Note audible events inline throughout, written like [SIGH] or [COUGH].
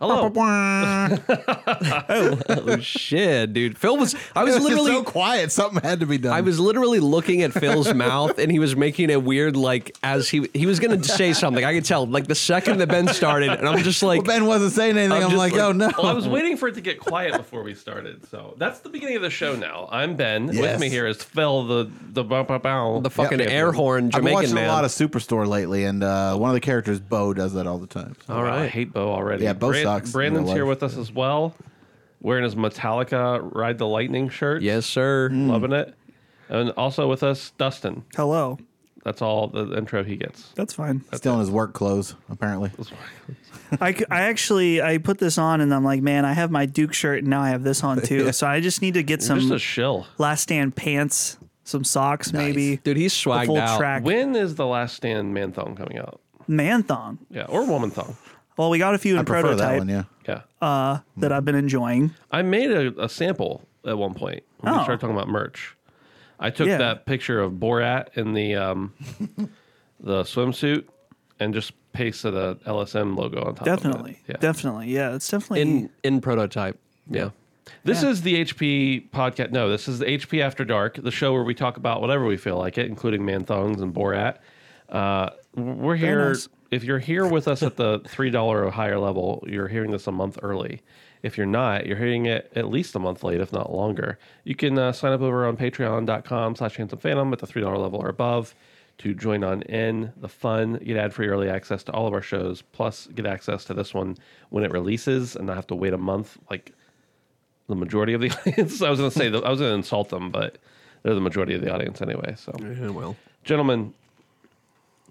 Hello. [LAUGHS] oh shit, dude! Phil was I [LAUGHS] was It was just literally so quiet. Something had to be done. I was literally looking at Phil's mouth, and he was making a weird like as he he was gonna say something. I could tell like the second that Ben started, and I'm just like, Well, Ben wasn't saying anything. I'm, just like, oh no. Well, I was waiting for it to get quiet before we started. So that's the beginning of the show now. I'm Ben. With Yes. me here is Phil, the the bow, bow, bow. the fucking air horn [LAUGHS] I've Jamaican been watching man. a lot of Superstore lately, and uh, one of the characters, Bo, does that all the time. So- All right. I hate Bo already. Yeah, Bo sucks in Brandon's real here life. with us as well, wearing his Metallica Ride the Lightning shirt. yes, sir. Mm. Loving it. And also with us, Dustin. Hello. That's all the intro he gets. That's fine. Still in his work clothes, apparently. I, c- I actually I put this on and I'm like, man, I have my Duke shirt and now I have [LAUGHS] this on too. So I just need to get Just a some shill. last stand pants, some socks, maybe Dude, he's a swagged full out. track When is the last stand man thong coming out? man thong. Yeah, or woman thong. Well, we got a few in I prefer prototype that that, one, yeah. Yeah. I've been enjoying. I made a, a sample at one point when we Oh. started talking about merch. I took Yeah. that picture of Borat in the um, [LAUGHS] the swimsuit and just pasted a LSM logo on top. Definitely, of it. Yeah. definitely, yeah. It's definitely in in prototype. Yeah. This is the HP podcast. No, this is the HP After Dark, the show where we talk about whatever we feel like it, including man thongs and Borat. Uh, we're here. nice. If you're here with us at the three dollar or higher level, you're hearing this a month early. If you're not, you're hearing it at least a month late, if not longer. You can uh, sign up over on Patreon.com/slash Handsome Phantom at the three dollar level or above to join on in the fun, get ad-free early access to all of our shows, plus get access to this one when it releases, and not have to wait a month like the majority of the [LAUGHS] audience. I was going to say, the, I was going to insult them, but they're the majority of the audience anyway. So, Eh, well. gentlemen,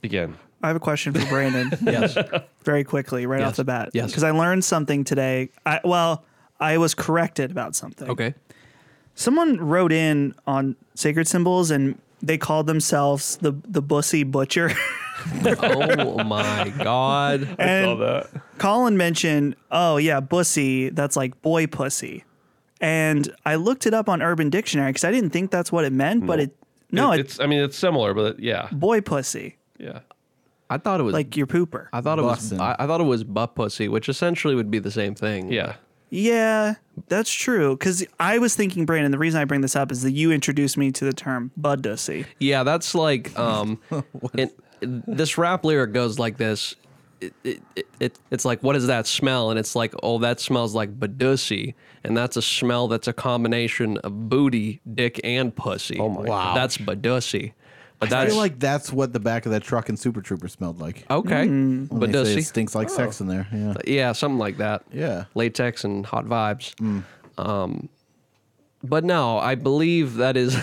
begin. I have a question for Brandon. [LAUGHS] Yes. very quickly, right Yes. off the bat. Yes. because I learned something today. I well, I was corrected about something. Okay. someone wrote in on sacred symbols and they called themselves the the [LAUGHS] bussy butcher Oh my god. and that. colin mentioned oh yeah bussy that's like boy pussy and i looked it up on urban dictionary because i didn't think that's what it meant but it no It- it's it's. I mean, it's similar, but yeah, boy pussy yeah. I thought it was like your pooper I thought it was Bussin'. I, I thought it was butt pussy, which essentially would be the same thing. Yeah. yeah that's true because i was thinking brandon the reason i bring this up is that you introduced me to the term buddussy Yeah, that's like um, and this rap lyric goes like this. It, it, it, it, it's like, what is that smell? And it's like, oh, that smells like badussy. And that's a smell that's a combination of booty, dick, and pussy. Oh, my Wow. That's badussy. But I that's feel like, like that's what the back of that truck in Super Trooper smelled like. okay. When they say It Badussy. stinks like sex in there. Yeah. Yeah, something like that. Yeah. Latex and hot vibes. Um, but no, I believe that is.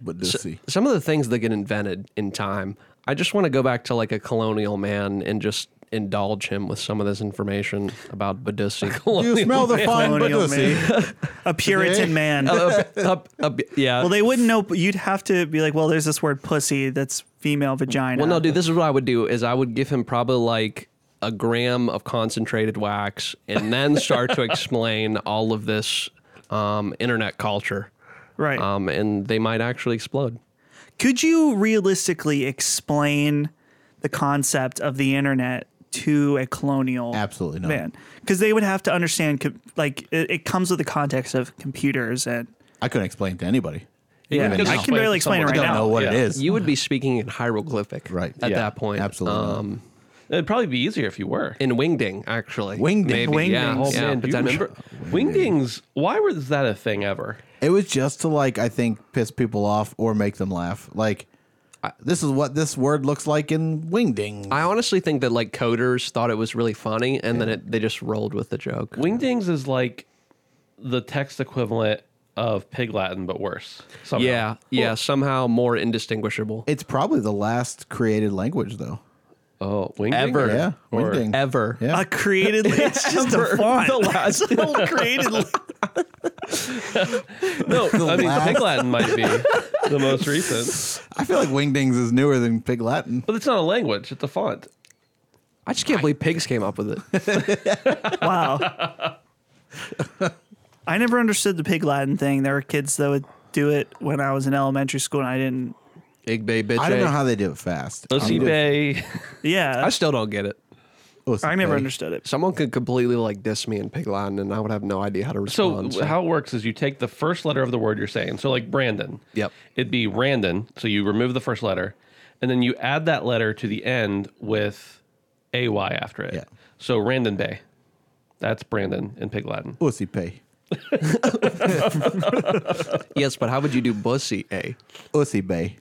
But [LAUGHS] just see. some of the things that get invented in time i just want to go back to like a colonial man and just indulge him with some of this information about Badussi. You smell the fine Colonial Badussy. [LAUGHS] a puritan [LAUGHS] man Uh, Up- up- up- yeah Well, they wouldn't know. You'd have to be like, well, there's this word pussy that's female vagina. well no dude this is what i would do is i would give him probably like a gram of concentrated wax and then start to explain all of this um, internet culture Right. um, and they might actually explode Could you realistically explain the concept of the internet to a colonial Absolutely not. man? Because they would have to understand, com- like, it, it comes with the context of computers and. I couldn't explain it to anybody. Yeah, even I now. can barely explain it I right don't now. know what it Yeah. is. you would be speaking in hieroglyphic Right. at Yeah. that point Absolutely not. um, It'd probably be easier if you were. in wingding actually Wingding. maybe Wingding. yeah, Oh yeah, man, do you potentially. remember wingdings? Why was that a thing ever? It was just to like I think piss people off or make them laugh. Like this is what this word looks like in wingding. I honestly think that like coders thought it was really funny, and then it, they just rolled with the joke. Wingdings is like the text equivalent of Pig Latin, but worse. Somehow. Yeah, yeah, somehow more indistinguishable it's probably the last created language though. Oh, wingding. Ever. Yeah, Or- wingding. ever. Yeah. A created, [LAUGHS] it's [LAUGHS] just a font. The [LAUGHS] last- Little created. li- [LAUGHS] No, I mean last- Pig Latin might be the most recent, I feel like wingdings is newer than Pig Latin. but it's not a language; it's a font. I just can't believe pigs came up with it. Wow. [LAUGHS] I never understood the pig Latin thing. There were kids that would do it when I was in elementary school, and I didn't. Big bay bitch. I don't know eh? how they do it fast. Um, Pussy I'm good. Bay. Yeah, I still don't get it. Pussy I never pig. understood it. Someone could completely like diss me in pig Latin, and I would have no idea how to So, respond. how it works is you take the first letter of the word you're saying. So like Brandon. Yep. It'd be Randon. So you remove the first letter, and then you add that letter to the end with a y after it. Yeah. So Randon Bay. That's Brandon in Pig Latin. Pussy pay. yes, but how would you do bussy? A. Pussy bay.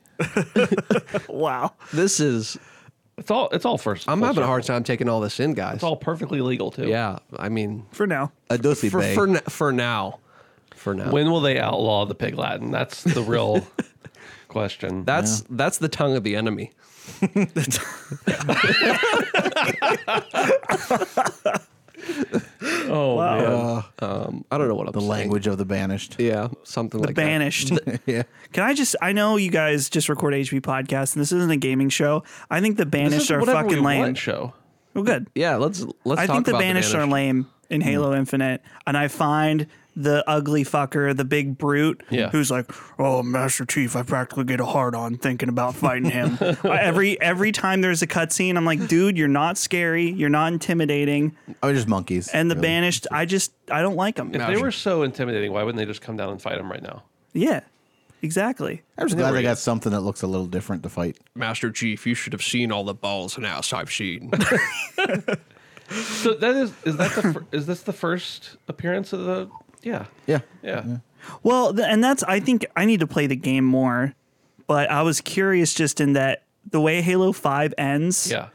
Wow. This is. It's all. It's all first. I'm full having a circle. hard time taking all this in, guys. It's all perfectly legal too. yeah, I mean, For now. A dussy for bay. for, n- for now, for now. When will they outlaw the Pig Latin? That's [LAUGHS] the real question. that's that's the tongue of the enemy. oh man. Um, I don't know what I'm the saying. Uh, language of the banished. Yeah, something like uh, that. Banished. yeah. Can I just? I know you guys just record HP podcasts, and this isn't a gaming show. I think the This banished is are whatever we fucking lame. want show. Well, good. Yeah, let's let's. I talk think the about banished, the Mm-hmm. are banished. lame in Halo Infinite, and I find the ugly fucker, the big brute, Yeah. who's like, "Oh, Master Chief, I practically get a hard on thinking about [LAUGHS] fighting him." every every time there's a cutscene, I'm like, "Dude, you're not scary. You're not intimidating." I mean, just monkeys. And the really. banished, I just I don't like them. If they were so intimidating, why wouldn't they just come down and fight them right now? Yeah, exactly. I'm just glad they got something that looks a little different to fight. Master Chief, you should have seen all the balls and ass I've [LAUGHS] seen. So that is is that the fir- [LAUGHS] is this the first appearance of the yeah Yeah. yeah, Well, th- and that's I think I need to play the game more, but I was curious just in that the way Halo Five ends. yeah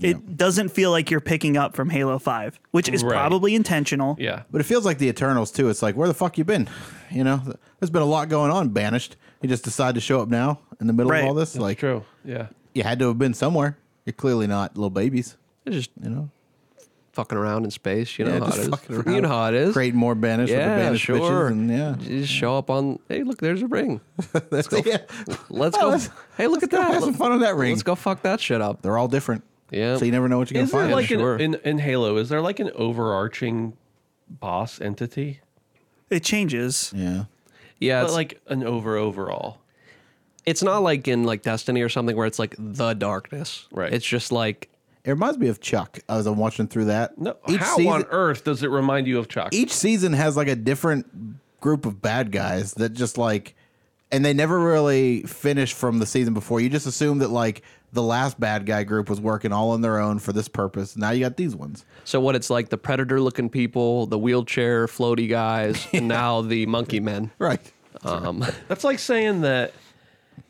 it doesn't feel like you're picking up from Halo 5, which is Right. probably intentional. yeah But it feels like the Eternals too. It's like, where the fuck you been? You know, there's been a lot going on. Banished. You just decide to show up now in the middle Right. of all this. like, true yeah you had to have been somewhere. You're clearly not little babies. They're just You know, fucking around in space. You know Yeah, how just it fucking is. around. You know how it is. create more banished with the Yeah, banished sure. bitches, and yeah, You just show up on. Hey, look, there's a [LAUGHS] ring. that's it. [LAUGHS] Yeah. Let's Oh, go. let's- hey, look at go that. have some Let- fun on that ring. Let's go fuck that shit up. They're all different. Yeah. So you never know what you're gonna is there find. like an, sure. in in Halo is there like an overarching boss entity It changes. yeah. Yeah, but it's like like an over overall it's not like in like Destiny or something where it's like the darkness. Right. It's just like It reminds me of Chuck. As I'm watching through that. no Each how season, on earth does it remind you of Chuck each season has like a different group of bad guys that just like and they never really finish from the season before. You just assume that like the last bad guy group was working all on their own for this purpose. Now you got these ones. so what it's like the predator looking people, the wheelchair floaty guys, [LAUGHS] and now the monkey men. Right. Um, that's like saying that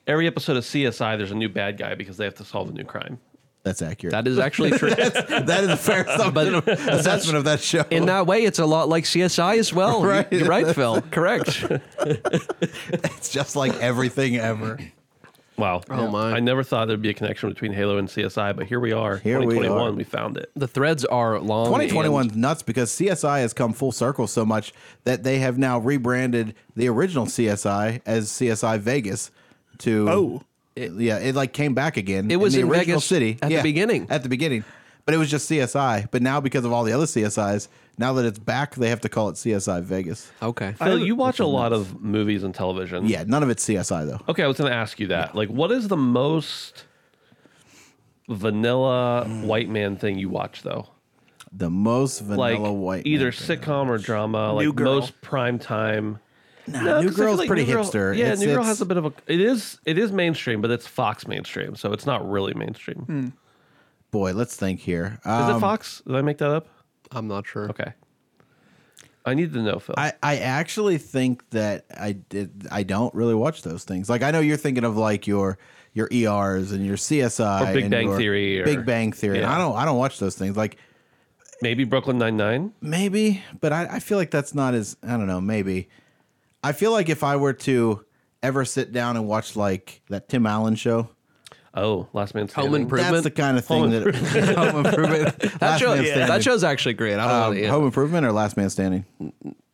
every episode of CSI there's a new bad guy because they have to solve a new crime That's accurate. [LAUGHS] that is actually true. that is a fair assumption of- assessment of that show. In that way, it's a lot like CSI as well. You- Right. You're right, [LAUGHS] Phil. Correct. [LAUGHS] it's just like everything ever. wow Oh, my. I never thought there'd be a connection between Halo and CSI but here we are Here we 2021 are. we found it The threads are long. 2021 is nuts because CSI has come full circle so much that they have now rebranded the original CSI as CSI Vegas to Oh. yeah it like came back again It was the in original Vegas city at the Yeah, beginning. at the beginning but it was just CSI but now because of all the other CSIs now that it's back they have to call it CSI Vegas and- okay. Uh, Phil, you watch a lot of movies and television yeah none of it's CSI though Okay, I was going to ask you that. Like, what is the most vanilla white man thing you watch though? the most vanilla Like white either man thing. sitcom or drama, New like Girl. most prime time. New 'cause I feel Girl's pretty New Girl- hipster. Yeah, It's- New Girl it's- has a bit of a. It is it is mainstream, but it's Fox mainstream, so it's not really mainstream. Hmm. boy let's think here Is Um, it Fox? Did I make that up? I'm not sure. Okay. I need to know, Phil. I, I actually think that I did I don't really watch those things. Like I know you're thinking of like your your ERs and your CSI Or Big and Bang your Theory or- Big Bang Theory. Yeah. I don't I don't watch those things. Like Maybe Brooklyn Nine Nine. maybe, but I, I feel like that's not as I don't know, maybe. I feel like if I were to ever sit down and watch like that Tim Allen show, Oh, Last Man Standing. Home Improvement. that's the kind of thing that [LAUGHS] Home [LAUGHS] Improvement. That, Last show, Man yeah, Standing. that show's actually great. I don't Um, know the, Home Improvement or Last Man Standing?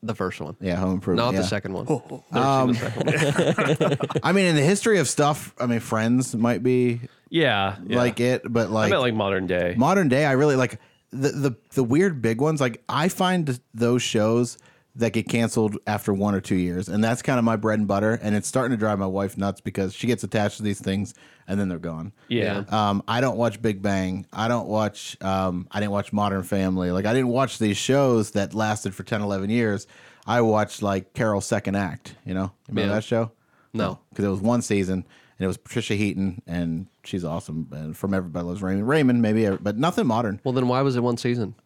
the first one, Yeah, Home Improvement. not yeah. Oh, the second one. Never seen the second one. I mean, in the history of stuff, I mean, Friends might be Yeah, yeah. like it, but I meant like modern day. modern day i really like the, the the weird big ones like i find those shows that get canceled after one or two years, and that's kind of my bread and butter. And it's starting to drive my wife nuts because she gets attached to these things, and then they're gone. Yeah. Um, I don't watch Big Bang. I don't watch. Um, I didn't watch Modern Family. Like I didn't watch these shows that lasted for 10, 11 years. I watched like Carol's Second Act. You know, remember Yeah. that show? No. because it was one season and it was Patricia Heaton, and she's awesome. And from Everybody Loves Raymond, Raymond maybe, uh, but nothing modern. Well, then why was it one season? Oh,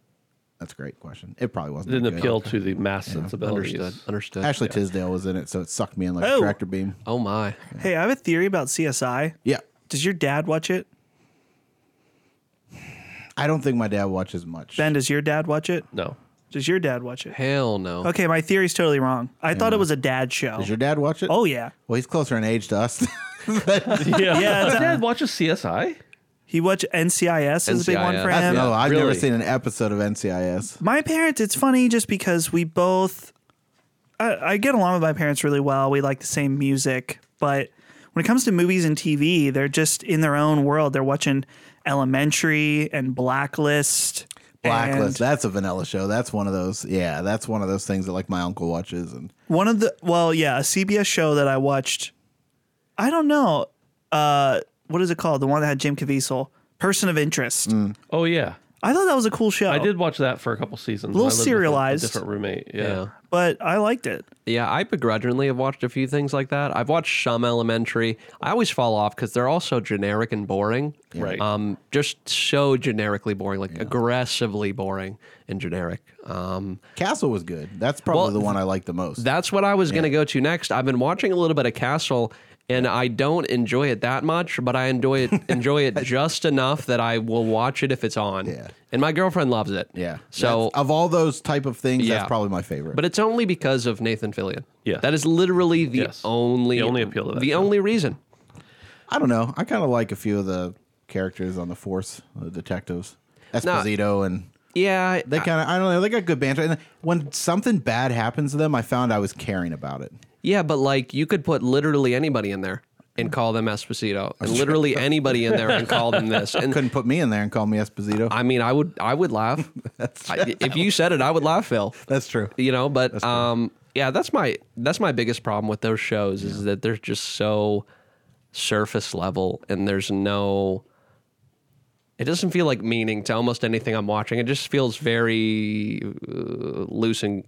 That's a great question. It probably wasn't. Didn't that good. appeal to the mass sensibilities. Understood. Understood. oh. Ashley Tisdale was in it, so it sucked me in like Oh. a tractor beam. oh my. Hey, I have a theory about CSI. Yeah, Does your dad watch it? I don't think my dad watches much. Ben, does your dad watch it? No. Does your dad watch it? Hell no. Okay, my theory's totally wrong. I thought it was a dad show. Does your dad watch it? oh yeah, well, he's closer in age to us. [LAUGHS] Yeah. Yeah, it's- Dad watches CSI. he watched NCIS is a big one NCIS. for That's him. no, I've never really. seen an episode of NCIS. My parents, it's funny just because we both, I, I get along with my parents really well. We like the same music, but when it comes to movies and TV, they're just in their own world. They're watching Elementary and Blacklist. Blacklist. and that's a vanilla show. That's one of those. Yeah, that's one of those things that like my uncle watches, and one of the well, yeah, a CBS show that I watched. I don't know. Uh, what is it called? The one that had Jim Caviezel, Person of Interest. Oh yeah. I thought that was a cool show. I did watch that for a couple seasons. Little when I lived with a- a serialized. different roommate. Yeah. Yeah. but I liked it. Yeah, I begrudgingly have watched a few things like that. I've watched some Elementary. I always fall off because they're all so generic and boring. Right. Um, just so generically boring, like aggressively boring and generic. Um, Castle was good. That's probably Well, the one I like the most. that's what I was going to go to next. I've been watching a little bit of Castle, and I don't enjoy it that much, but I enjoy [LAUGHS] it enjoy it just enough that I will watch it if it's on. Yeah. And my girlfriend loves it. yeah. So That's- of all those type of things, Yeah. that's probably my favorite. But it's only because of Nathan Fillion. Yeah. That is literally the Yes. only The only appeal to that the show. only reason. I don't know. I kind of like a few of the characters on the force, the detectives, Esposito, and Yeah. they kind of. I don't know. They got good banter. And when something bad happens to them, I found I was caring about it. yeah, but like you could put literally anybody in there and call them Esposito. [LAUGHS] And literally anybody in there and call them this. And Couldn't put me in there and call me Esposito. I mean I would I would [LAUGHS] laugh. I, if you said it, I would laugh, Phil. That's true. You know, but um yeah, that's my that's my biggest problem with those shows is that they're just so surface level and there's no it doesn't feel like meaning to almost anything I'm watching. It just feels very uh, loose and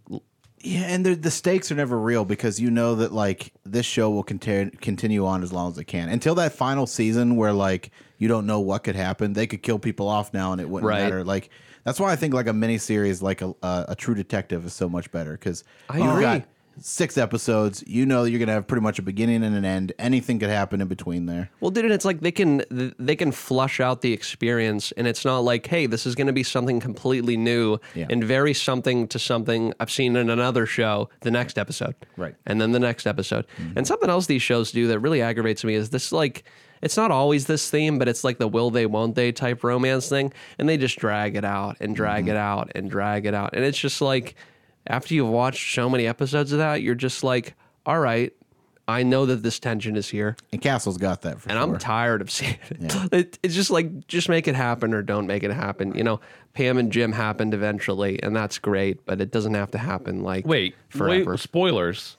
Yeah, and the the stakes are never real because you know that like this show will continue continue on as long as it can until that final season where like you don't know what could happen. They could kill people off now and it wouldn't Right. matter. Like that's why I think like a miniseries like a a, a True Detective is so much better because I you've agree. got six episodes. You know that you're gonna have pretty much a beginning and an end. Anything could happen in between there. Well, dude, and it's like they can th- they can flush out the experience, and it's not like, hey, this is going to be something completely new Yeah. and very something to something I've seen in another show. The next episode, Right. Mm-hmm. and then the next episode, and something else these shows do that really aggravates me is this like. It's not always this theme, but it's like the will they, won't they type romance thing. And they just drag it out and drag Mm-hmm. it out and drag it out. And it's just like, after you've watched so many episodes of that, you're just like, all right, I know that this tension is here And Castle's got that for and sure. I'm tired of seeing it. [LAUGHS] It- It's just like just make it happen or don't make it happen. You know, Pam and Jim happened eventually, and that's great, but it doesn't have to happen like Wait. forever. [LAUGHS] Wait. Spoilers.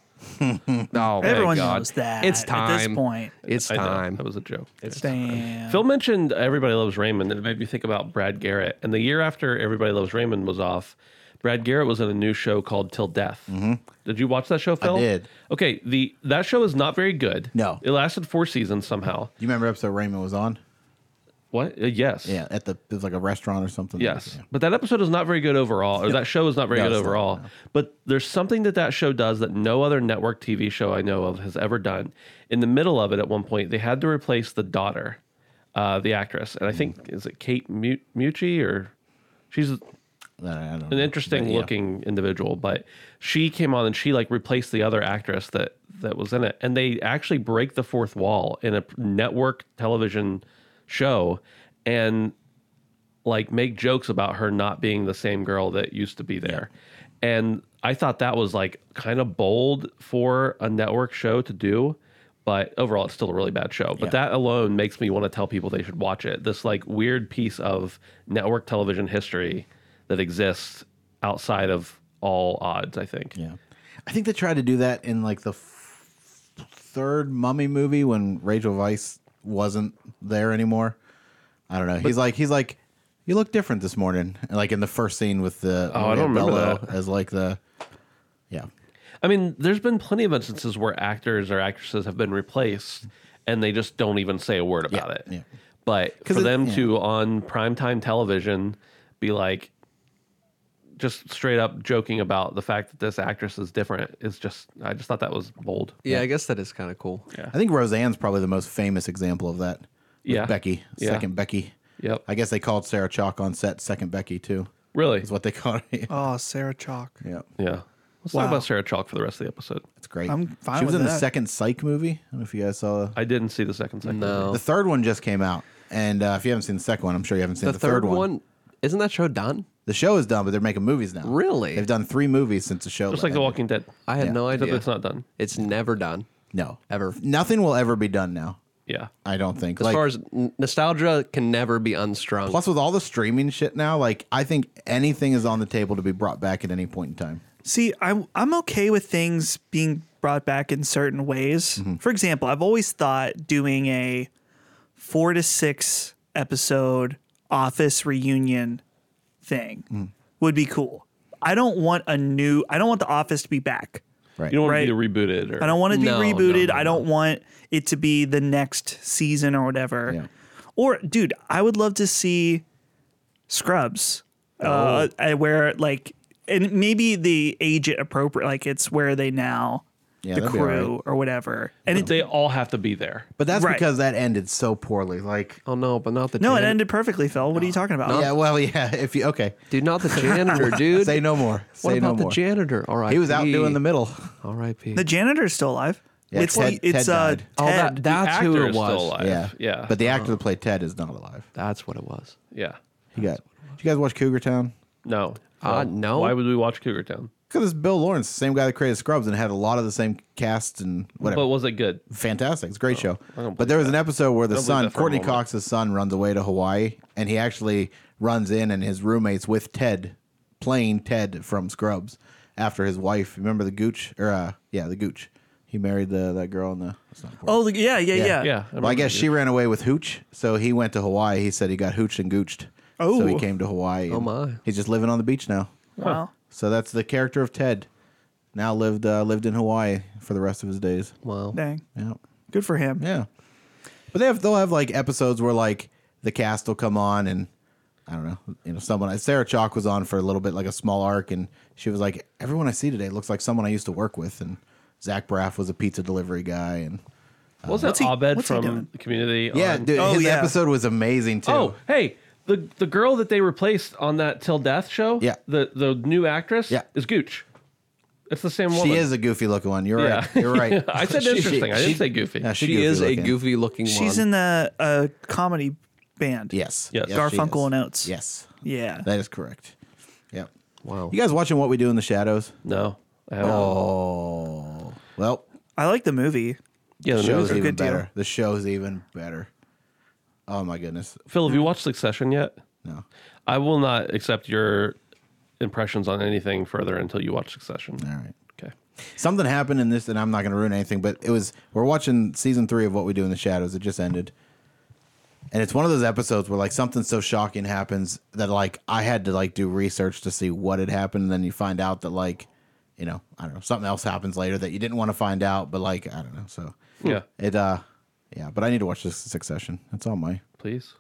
oh, my Everyone God. knows that it's at time. this point. it's I know, time. That was a joke. It's Damn. Phil mentioned Everybody Loves Raymond, and it made me think about Brad Garrett. And the year after Everybody Loves Raymond was off, Brad Garrett was in a new show called Till Death. Did you watch that show, Phil? did. Okay, the that show is not very good. No. it lasted four seasons somehow. you remember episode Raymond was on? What? Uh, yes. Yeah, at the it was like a restaurant or something. Yes, Yeah. but that episode is not very good overall, or that show is not very No, good it's not, overall. But there's something that that show does that no other network TV show I know of has ever done. In the middle of it, at one point, they had to replace the daughter, uh, the actress, and I think Mm. is it Kate Mu- Mucci or she's I don't know. an interesting But yeah. looking individual, but she came on and she like replaced the other actress that that was in it, and they actually break the fourth wall in a p- network television show, and like make jokes about her not being the same girl that used to be there, and I thought that was like kind of bold for a network show to do. But overall, it's still a really bad show. But that alone makes me want to tell people they should watch it. This like weird piece of network television history that exists outside of all odds. I think. Yeah. I think they tried to do that in like the f- third Mummy movie when Rachel Weisz wasn't there anymore. I don't know. he's like he's like you look different this morning. And, like in the first scene with the Oh, I don't remember that. as like the yeah. I mean, there's been plenty of instances where actors or actresses have been replaced and they just don't even say a word about it. yeah. But 'Cause for it- them yeah. to on primetime television be like just straight up joking about the fact that this actress is different is just I just thought that was bold. Yeah, I guess that is kind of cool. I think Roseanne's probably the most famous example of that. with Yeah. Becky, Yeah. second Becky. Yep. I guess they called Sarah Chalk on set second Becky too. Really? Is what they [LAUGHS] called it. Oh, Sarah Chalk. Yeah. Yeah. Let's Wow. talk about Sarah Chalk for the rest of the episode. It's great. I'm fine She was with in the that. second Psych movie. I don't know if you guys saw that. I didn't see the second segment. No. The third one just came out, and uh, if you haven't seen the second one, I'm sure you haven't seen The, the, third, one, isn't that show done? The show is done, but they're making movies now. Really? They've done three movies since the show. Just like The ended. Walking Dead. I had Yeah. no Except idea. it's not done. It's never done. No, Ever. nothing will ever be done now. Yeah. I don't think. As Like, far as n- nostalgia can never be unstrung. plus with all the streaming shit now, like I think anything is on the table to be brought back at any point in time. See, I'm I'm okay with things being brought back in certain ways. For example, I've always thought doing a four to six episode office reunion thing would be cool. I don't want a new. I don't want the office to be back. Right. You don't want Right. to be rebooted or I don't want it to be No, no, rebooted. no, I don't want it to be the next season or whatever. Yeah. Or, dude, I would love to see Scrubs, uh, Oh. I- where like, and maybe the age it appropriate, like it's where they now, Yeah, the that'd be crew alright. or whatever. And it, they all have to be there. But that's Right. because that ended so poorly. Like, oh no, but not the no, it janitor. ended perfectly, Phil. What are you talking about? yeah, well, yeah. [LAUGHS] If you okay, Dude, not the janitor, dude. say no more. what say about no the more. janitor? All right. he was out doing the middle. R.I.P. The janitor's still alive. Yeah, it's Ted- the, it's Ted uh, died. oh, Ted. that, that's the who actor it is was. Still alive. Yeah, Yeah. But Uh-huh. the actor that played Ted is not alive. That's what it was. yeah. He got. Did you guys watch Cougar Town? No. Uh, no. Why would we watch Cougar Town? Because it's Bill Lawrence, the same guy that created Scrubs, and had a lot of the same cast and whatever. But was it good? Fantastic! It's a great show. don't But there was an episode where the don't believe son, that for a Courtney moment. Cox's son, runs away to Hawaii, and he actually runs in, and his roommates with Ted, playing Ted from Scrubs, after his wife. Remember the Gooch? Or uh, yeah, the Gooch. He married the that girl in the. It's not important. Oh, the- yeah, yeah, yeah. Yeah. well, I guess she ran away with Hooch, so he went to Hawaii. He said he got hooched and gooched. so he Oh. came to Hawaii. Oh my. He's just living on the beach now. Wow. So that's the character of Ted. Now lived uh, lived in Hawaii for the rest of his days. Wow. Dang. Yeah, Good for him. yeah. But they have they'll have like episodes where like the cast will come on and I don't know, you know, someone. Sarah Chalk was on for a little bit, like a small arc, and she was like, "Everyone I see today looks like someone I used to work with." And Zach Braff was a pizza delivery guy, and was that he- Abed what's he from doing? the community? yeah, on- dude, Oh, his yeah. episode was amazing too. Oh, hey, the the girl that they replaced on that Till Death show. Yeah. The the new actress. Yeah. Is Gooch. It's the same woman. she is a goofy looking one. You're right. You're right. [LAUGHS] [LAUGHS] I said interesting. I didn't say goofy. Yeah, She goofy is a looking. goofy looking one. She's in the uh, comedy band. Yes. Yes. she Garfunkel is. and Oates. Yes. Yeah. That is correct. Yep. Wow. You guys watching What We Do in the Shadows? no. I haven't. Oh. Well, I like the movie. yeah. the The show's news. even good deal. better. The show's even better. Oh my goodness. Phil, have you watched Succession yet? No. I will not accept your impressions on anything further until you watch Succession. All right. Okay. Something happened in this, and I'm not going to ruin anything, but it was we're watching season three of What We Do in the Shadows. It just ended. And it's one of those episodes where like something so shocking happens that like I had to like do research to see what had happened, and then you find out that like, you know, I don't know, something else happens later that you didn't want to find out, but like I don't know. So Yeah. it uh yeah, but I need to watch this succession. That's all my Please.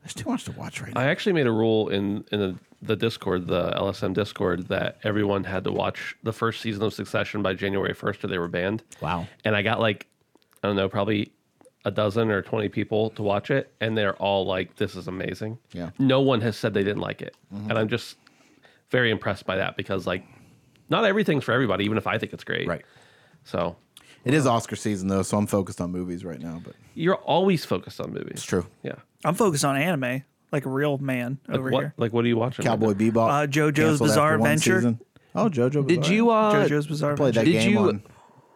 there's too much to watch right now. I actually made a rule in in the, the Discord, the LSM Discord, that everyone had to watch the first season of Succession by January first, or they were banned. Wow. And I got like, I don't know, probably a dozen or twenty people to watch it, and they're all like, "This is amazing." Yeah. Mm-hmm. No one has said they didn't like it, and I'm just very impressed by that because like, not everything's for everybody, even if I think it's great. Right. So It is Oscar season though, so I'm focused on movies right now, but you're always focused on movies. It's true. Yeah. I'm focused on anime, like a real man Like over what? here. Like what are you watching? right Cowboy now? Bebop. Uh, JoJo's canceled after Bizarre one Adventure. Oh, JoJo Bizarre. Did you uh JoJo's Bizarre played that Adventure. Did game you- on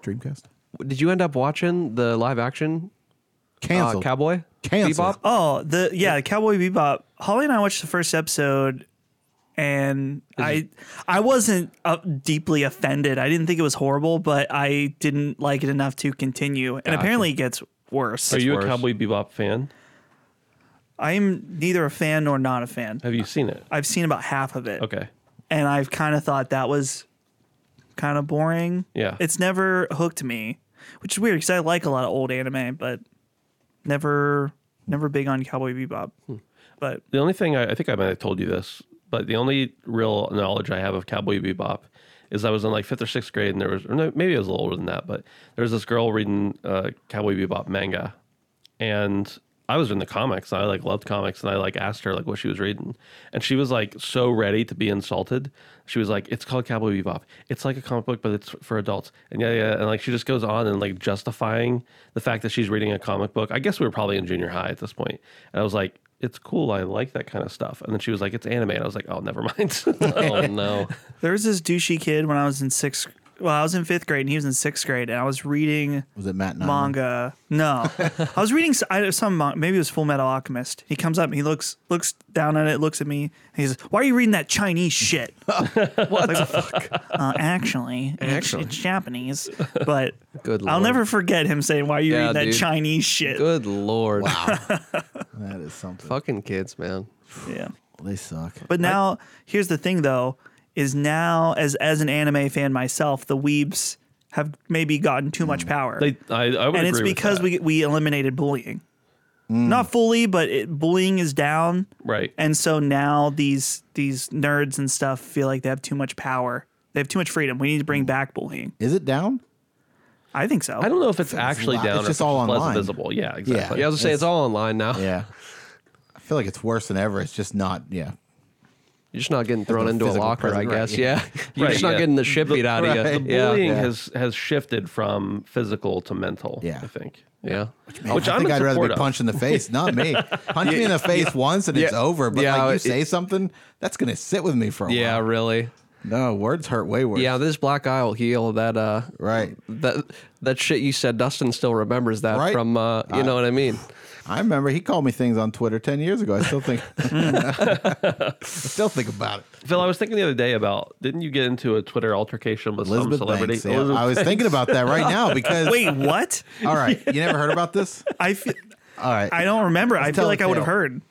Dreamcast? did you end up watching the live action uh, Canceled. cowboy? Canceled. Bebop? Oh, the yeah, Cowboy Bebop. Holly and I watched the first episode, and I I wasn't uh, deeply offended. I didn't think it was horrible, but I didn't like it enough to continue. And apparently, it gets worse. Are you worse. a Cowboy Bebop fan? I'm neither a fan nor not a fan. Have you seen it? I've seen about half of it, Okay. and I've kind of thought that was kind of boring. Yeah. it's never hooked me, which is weird because I like a lot of old anime, but never never big on Cowboy Bebop. But The only thing I, I think I might have told you this, but the only real knowledge I have of Cowboy Bebop is I was in like fifth or sixth grade, and there was, or no, maybe I was a little older than that, but there was this girl reading uh, Cowboy Bebop manga, and I was in the comics, and I like loved comics, and I like asked her like what she was reading, and she was like so ready to be insulted. She was like, "It's called Cowboy Bebop. It's like a comic book, but it's for adults." And yeah, yeah, and like she just goes on and like justifying the fact that she's reading a comic book. I guess we were probably in junior high at this point, and I was like, "It's cool. I like that kind of stuff." And then she was like, "It's anime," and I was like, "Oh, never [LAUGHS] mind." [LAUGHS] Oh no. there was this douchey kid when I was in sixth. Well, I was in fifth grade and he was in sixth grade, and I was reading Was it Matt? Nyman? manga. [LAUGHS] No, I was reading s- I- some mon- maybe it was Full Metal Alchemist. He comes up, and he looks looks down at it, looks at me. And he's why are you reading that [LAUGHS] Chinese shit? what [LAUGHS] the fuck? Uh, actually, actually, Actually. it's, Japanese. But [LAUGHS] Good I'll lord. never forget him saying, "Why are you Yeah, reading that dude. Chinese shit?" Good lord. That is something. [LAUGHS] Fucking kids, man. Yeah. They suck. But now, here's the thing though, is now as as an anime fan myself, the weebs have maybe gotten too Mm. much power. they, I, I would and agree it's with because that. we we eliminated bullying. Not fully, but it, bullying is down, right and so now these these nerds and stuff feel like they have too much power. They have too much freedom. We need to bring back bullying. Is it down? I think so. I don't know if it's actually li- down. it's or just if all less online. visible. Yeah, exactly. Yeah, I was gonna say it's all online now. Yeah. I feel like it's worse than ever. It's just not. Yeah. You're just not getting thrown a into a physical locker, I present, right, guess. yeah. Yeah. [LAUGHS] You're Right, just yeah. not getting the shit beat out [LAUGHS] of The you. Yeah. bullying has has shifted from physical to mental. Yeah. I think. Yeah. Man, Which I I'm think in I'd rather support be of. punched in the face, not me. Punch me in the face once and it's Yeah. over. But Yeah, like you it- say something, that's gonna sit with me for a Yeah, while. really. No, words hurt way worse. Yeah, this black eye will heal that uh Right. that that shit you said, Dustin still remembers that Right. from uh you know what I mean. I remember he called me things on Twitter ten years ago. I still think [LAUGHS] I still think about it. Phil, I was thinking the other day about didn't you get into a Twitter altercation with Elizabeth some celebrity? Banks. yeah. Elizabeth I was thinking about that right now because Wait, what? all right, you never heard about this? I feel All right. I don't remember. I feel tell like I the would have tale. heard.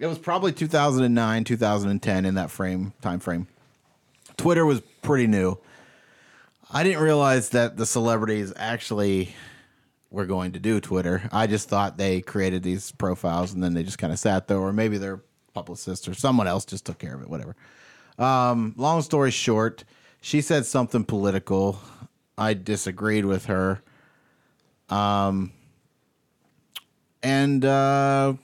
It was probably 2009, 2010 in that frame time frame. Twitter was pretty new. I didn't realize that the celebrities actually were going to do Twitter. I just thought they created these profiles and then they just kind of sat there, or maybe their publicist or someone else just took care of it, whatever. Um, long story short, she said something political. I disagreed with her. Um, and uh,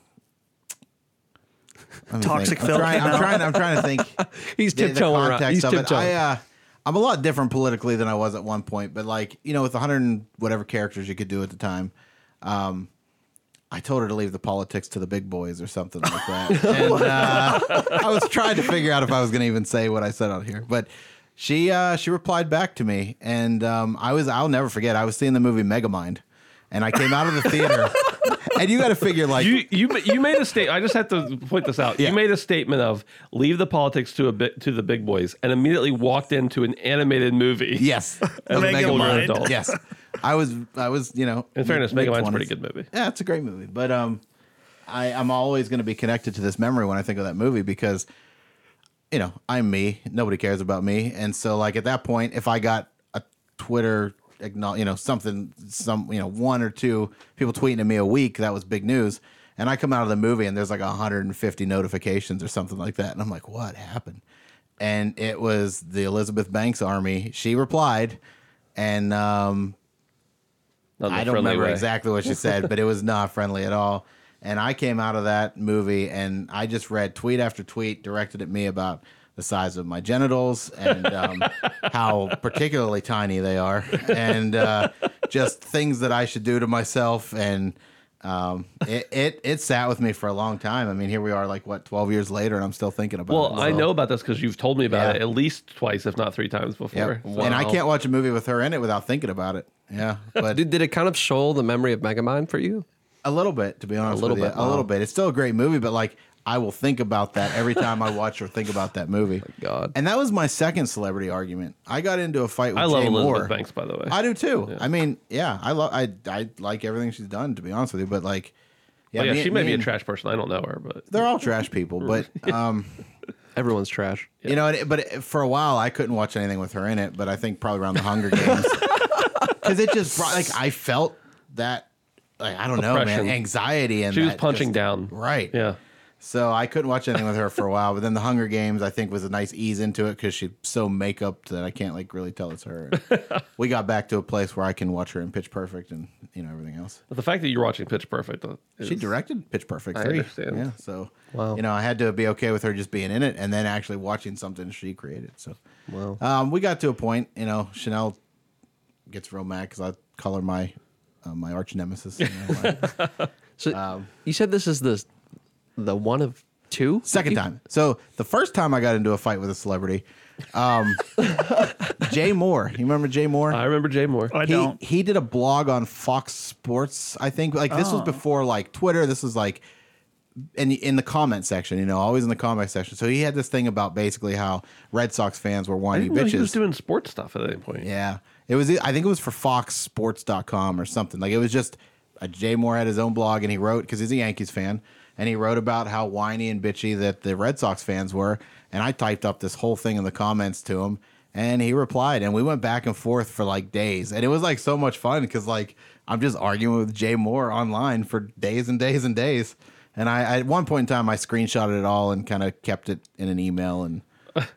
let me Toxic think. I'm Phil trying, came out. I'm trying. I'm trying to think [LAUGHS] He's the, the tiptoeing around. context He's of it. I, tiptoeing. uh, I'm a lot different politically than I was at one point, but like you know, with 100 and whatever characters you could do at the time, um, I told her to leave the politics to the big boys or something [LAUGHS] like that. and, uh, I was trying to figure out if I was going to even say what I said on here, but she uh, she replied back to me, and um, I was I'll never forget. I was seeing the movie Megamind, and I came out of the [LAUGHS] theater, and you got to figure like you you ma- you made a state. I just have to point this out. Yeah. You made a statement of leave the politics to a bit to the big boys, and immediately walked into an animated movie. yes, that was Megamind. Older adult. yes. I was, I was, you know. In fairness, mid- Megamind's a mid-twenties. pretty good movie. Yeah, it's a great movie, but um, I, I'm always going to be connected to this memory when I think of that movie because, you know, I'm me. Nobody cares about me, and so like at that point, if I got a Twitter, acknowl- you know, something, some, you know, one or two people tweeting at me a week, that was big news. And I come out of the movie and there's like 150 notifications or something like that, and I'm like, what happened? And it was the Elizabeth Banks Army. She replied, and um, Not in a I don't friendly remember way. exactly what she said, but it was not friendly at all. And I came out of that movie and I just read tweet after tweet directed at me about the size of my genitals and [LAUGHS] um, how particularly tiny they are, and uh, just things that I should do to myself. And um, it, it it sat with me for a long time. I mean, here we are, like what twelve years later, and I'm still thinking about it. Well, I So- know about this because you've told me about Yeah. it at least twice, if not three times before. Yep. And I Wow. can't watch a movie with her in it without thinking about it. Yeah, but Did, did it kind of soil the memory of Megamind for you? A little bit, to be honest. little with you. bit, A wow. little bit. It's still a great movie, but like I will think about that every time I watch or think about [LAUGHS] that movie. Oh God. And that was my second celebrity argument. I got into a fight with I love Jay Elizabeth Moore. Banks, by the way. I do too. I mean, yeah, I love I I like everything she's done to be honest with you, but like But Oh, yeah, me- she may me be a and- trash person. I don't know her, but They're all trash [LAUGHS] people, but um Everyone's trash. you know, and it- but it, for a while I couldn't watch anything with her in it, but I think probably around the Hunger [LAUGHS] Games. Cuz it just brought like I felt that like I don't know, man, Oppression. anxiety and she was that punching just- down. Right. Yeah. So I couldn't watch anything with her for a while, but then The Hunger Games I think was a nice ease into it because she's so makeup that I can't like really tell it's her. [LAUGHS] And we got back to a place where I can watch her in Pitch Perfect and you know everything else. But the fact that you're watching Pitch Perfect, uh, is, She directed Pitch Perfect. I three. understand. Yeah. So you know I had to be okay with her just being in it and then actually watching something she created. So Wow. um, we got to a point. You know Chanel gets real mad because I call her my uh, my arch nemesis. you know, my- So you said this is the the one of two Second time. So the first time I got into a fight with a celebrity, um, [LAUGHS] Jay Moore. You remember Jay Moore? I remember Jay Moore. I he, don't. He did a blog on Fox Sports. I think like this Oh. was before like Twitter. This was like in in the comment section. You know, always in the comment section. So he had this thing about basically how Red Sox fans were I whiny didn't know he bitches. was doing sports stuff at any point. Yeah. It was I think it was for foxsports.com or something. Like it was just uh, Jay Moore had his own blog and he wrote cuz he's a Yankees fan and he wrote about how whiny and bitchy that the Red Sox fans were and I typed up this whole thing in the comments to him and he replied and we went back and forth for like days and it was like so much fun cuz like I'm just arguing with Jay Moore online for days and days and days. And I I- at one point in time I screenshotted it all and kind of kept it in an email and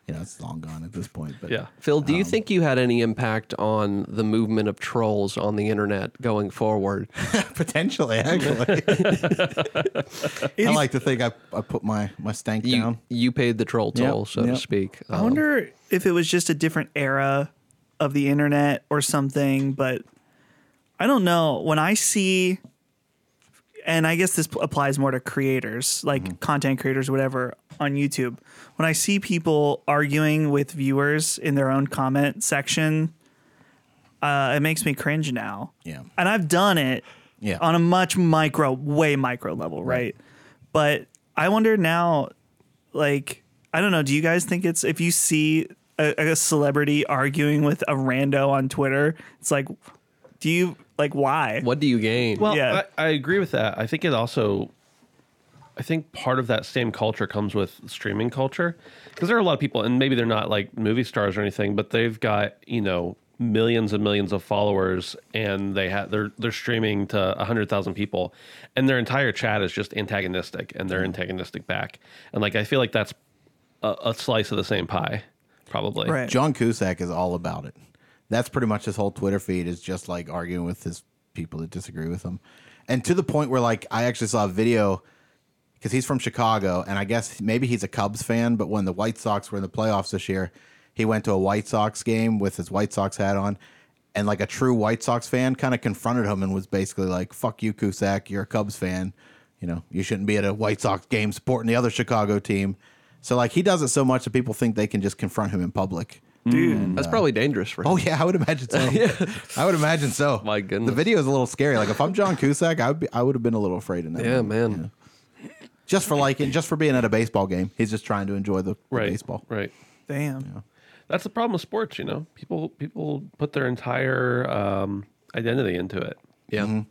you know it's long gone at this point but Yeah. Phil, do you think you had any impact on the movement of trolls on the internet going forward? Potentially, actually. I like to think I, I put my, my stank You, down. you paid the troll toll, so yep. to speak. Um, Um, I wonder if it was just a different era of the internet or something, but I don't know. When I see, and I guess this p- applies more to creators, like Mm-hmm. content creators, whatever, on YouTube, when I see people arguing with viewers in their own comment section, uh, it makes me cringe now. Yeah. And I've done it Yeah. on a much micro, way micro level, right? But I wonder now, like, I don't know. Do you guys think it's if you see a, a celebrity arguing with a rando on Twitter, it's like, do you like why? What do you gain? Well, Yeah. I, I agree with that. I think it also, I think part of that same culture comes with streaming culture because there are a lot of people, and maybe they're not like movie stars or anything, but they've got you know millions and millions of followers, and they have they're they're streaming to hundred thousand people, and their entire chat is just antagonistic, and they're Mm-hmm. antagonistic back, and like I feel like that's a, a slice of the same pie, probably. Right. John Cusack is all about it. That's pretty much his whole Twitter feed is just like arguing with his people that disagree with him. And to the point where like I actually saw a video because he's from Chicago, and I guess maybe he's a Cubs fan. But when the White Sox were in the playoffs this year, he went to a White Sox game with his White Sox hat on, and like a true White Sox fan, kind of confronted him and was basically like, "Fuck you, Cusack. You're a Cubs fan. You know you shouldn't be at a White Sox game supporting the other Chicago team." So like he does it so much that people think they can just confront him in public. Dude, That's probably dangerous for him. Oh yeah, I would imagine [LAUGHS] so. I would imagine so. My goodness. the video is a little scary. Like if I'm John Cusack, I would be, I would have been a little afraid in that. yeah, moment man. just for liking, just for being at a baseball game. He's just trying to enjoy the, the Right. baseball. Right. damn. that's the problem with sports you know people people put their entire um, identity into it Yeah.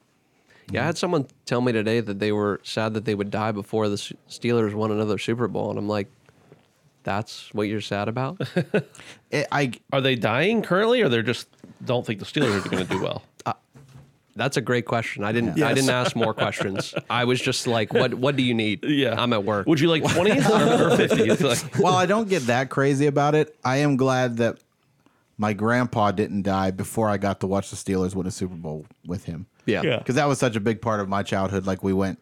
Yeah, I had someone tell me today that they were sad that they would die before the S- Steelers won another Super Bowl, and I'm like, "That's what you're sad about?" [LAUGHS] It, I are they dying currently or they're just don't think the steelers are going to do well That's a great question. I didn't. I Yes. didn't ask more questions. I was just like, "What? What do you need?" yeah I'm at work. would you like 20s or, or 50s like, while I don't get that crazy about it, I am glad that my grandpa didn't die before I got to watch the Steelers win a Super Bowl with him. yeah. Yeah. because that was such a big part of my childhood. Like we went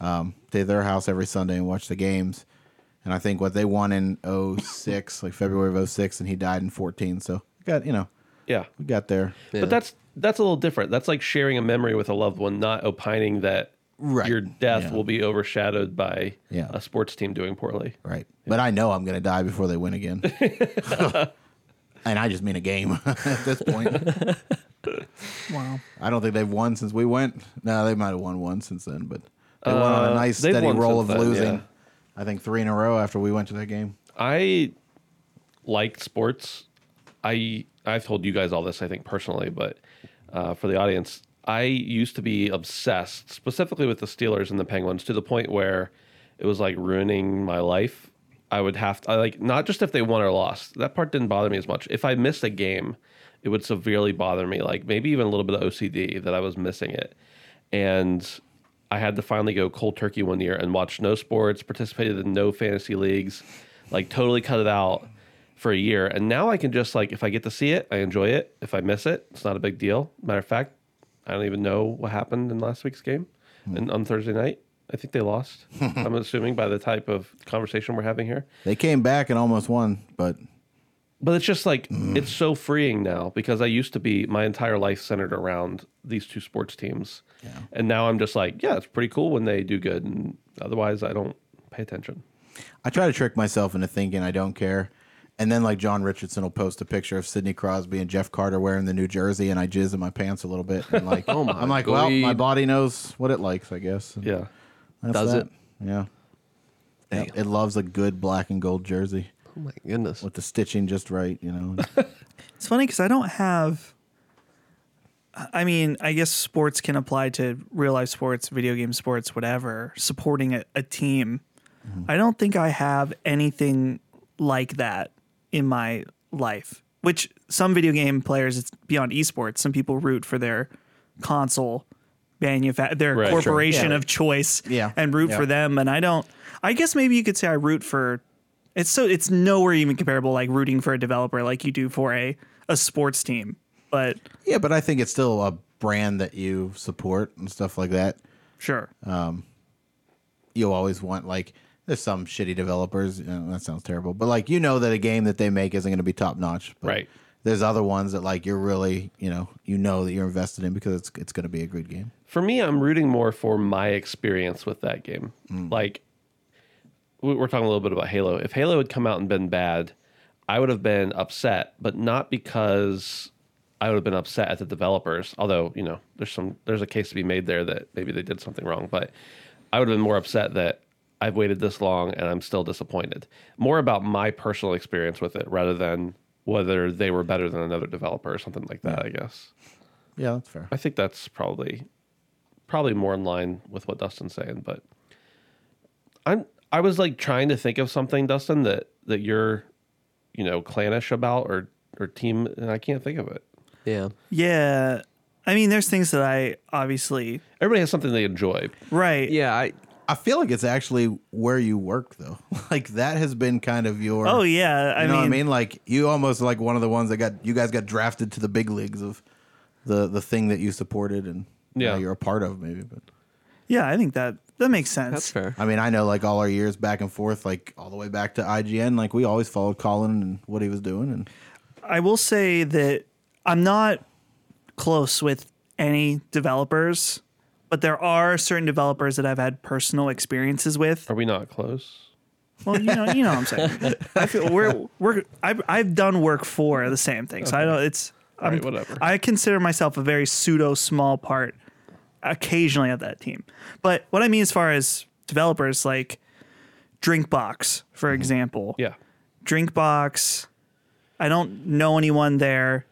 um, to their house every Sunday and watched the games. And I think what they won in 06, like February of 06, and he died in 14. So we got you know yeah we got there. Yeah. but that's that's a little different that's like sharing a memory with a loved one not opining that Right. your death Yeah. will be overshadowed by Yeah. a sports team doing poorly Right. But I know I'm going to die before they win [LAUGHS] again. [LAUGHS] and I just mean a game [LAUGHS] at this point. Wow. I don't think they've won since we went. No, they might have won one since then, but they won on a nice Uh, they've steady won roll of since then, losing. yeah. I think three in a row after we went to that game. I liked sports. I I've told you guys all this, I think personally, but uh, for the audience, I used to be obsessed specifically with the Steelers and the Penguins to the point where it was like ruining my life. I would have to I like not just if they won or lost. That part didn't bother me as much. If I missed a game, it would severely bother me. Like maybe even a little bit of OCD that I was missing it, and I had to finally go cold turkey one year and watch no sports, participated in no fantasy leagues, like totally cut it out for a year. And now I can just like if I get to see it, I enjoy it. If I miss it, it's not a big deal. Matter of fact, I don't even know what happened in last week's game and on Thursday night. I think they lost. I'm assuming by the type of conversation we're having here. They came back and almost won, but But it's just like it's so freeing now because I used to be my entire life centered around these two sports teams. And now I'm just like, yeah, it's pretty cool when they do good and otherwise I don't pay attention. I try to trick myself into thinking I don't care. And then like John Richardson will post a picture of Sidney Crosby and Jeff Carter wearing the New Jersey, and I jizz in my pants a little bit. And [LAUGHS] like, Oh my I'm like, well, my God. body knows what it likes, I guess. And Yeah. that's Does that. it? Yeah. Yeah, It loves a good black and gold jersey Oh my goodness. with the stitching just right, you know. It's funny because I don't have. I mean, I guess sports can apply to real life sports, video game sports, whatever, supporting a, a team. I don't think I have anything like that in my life, which some video game players, it's beyond esports. Some people root for their console, manufa- their Right, sure. corporation of choice Yeah. and root Yeah. for them. And I don't, I guess maybe you could say I root for it's so it's nowhere even comparable like rooting for a developer like you do for a a sports team. But yeah, but I think it's still a brand that you support and stuff like that. sure. Uh. you always want like there's some shitty developers you know, that sounds terrible but like you know that a game that they make isn't going to be top notch but Right. there's other ones that like you're really you know you know that you're invested in because it's it's going to be a good game for me, I'm rooting more for my experience with that game. Like, we- we're talking a little bit about Halo. If Halo had come out and been bad, I would have been upset, but not because I would have been upset at the developers. Although, you know, there's some there's a case to be made there that maybe they did something wrong, but I would have been more upset that I've waited this long and I'm still disappointed. More about my personal experience with it rather than whether they were better than another developer or something like that, I guess. yeah that's fair I think that's probably probably more in line with what Dustin's saying, but I'm I was like trying to think of something, Dustin, that that you're, you know, clannish about or or team and I can't think of it. Yeah. yeah. I mean there's things that I obviously Everybody has something they enjoy. right. Yeah. I. i feel like it's actually where you work though [LAUGHS] like that has been kind of your Oh yeah. I you know mean what i mean like you almost like one of the ones that got you guys got drafted to the big leagues of the the thing that you supported and you know, Yeah. you're a part of maybe but yeah, I think that that makes sense. That's fair. I mean, I know like all our years back and forth, like all the way back to IGN, like we always followed Colin and what he was doing. And I will say that I'm not close with any developers, but there are certain developers that I've had personal experiences with. Are we not close? Well, you know, you know what I'm saying. [LAUGHS] I feel we're we're I've I've done work for the same thing, so I don't. It's I'm, right, whatever. I consider myself a very pseudo small part, occasionally of that team. But what I mean as far as developers, like Drinkbox, for example. Mm-hmm. Yeah. Drinkbox. I don't know anyone there.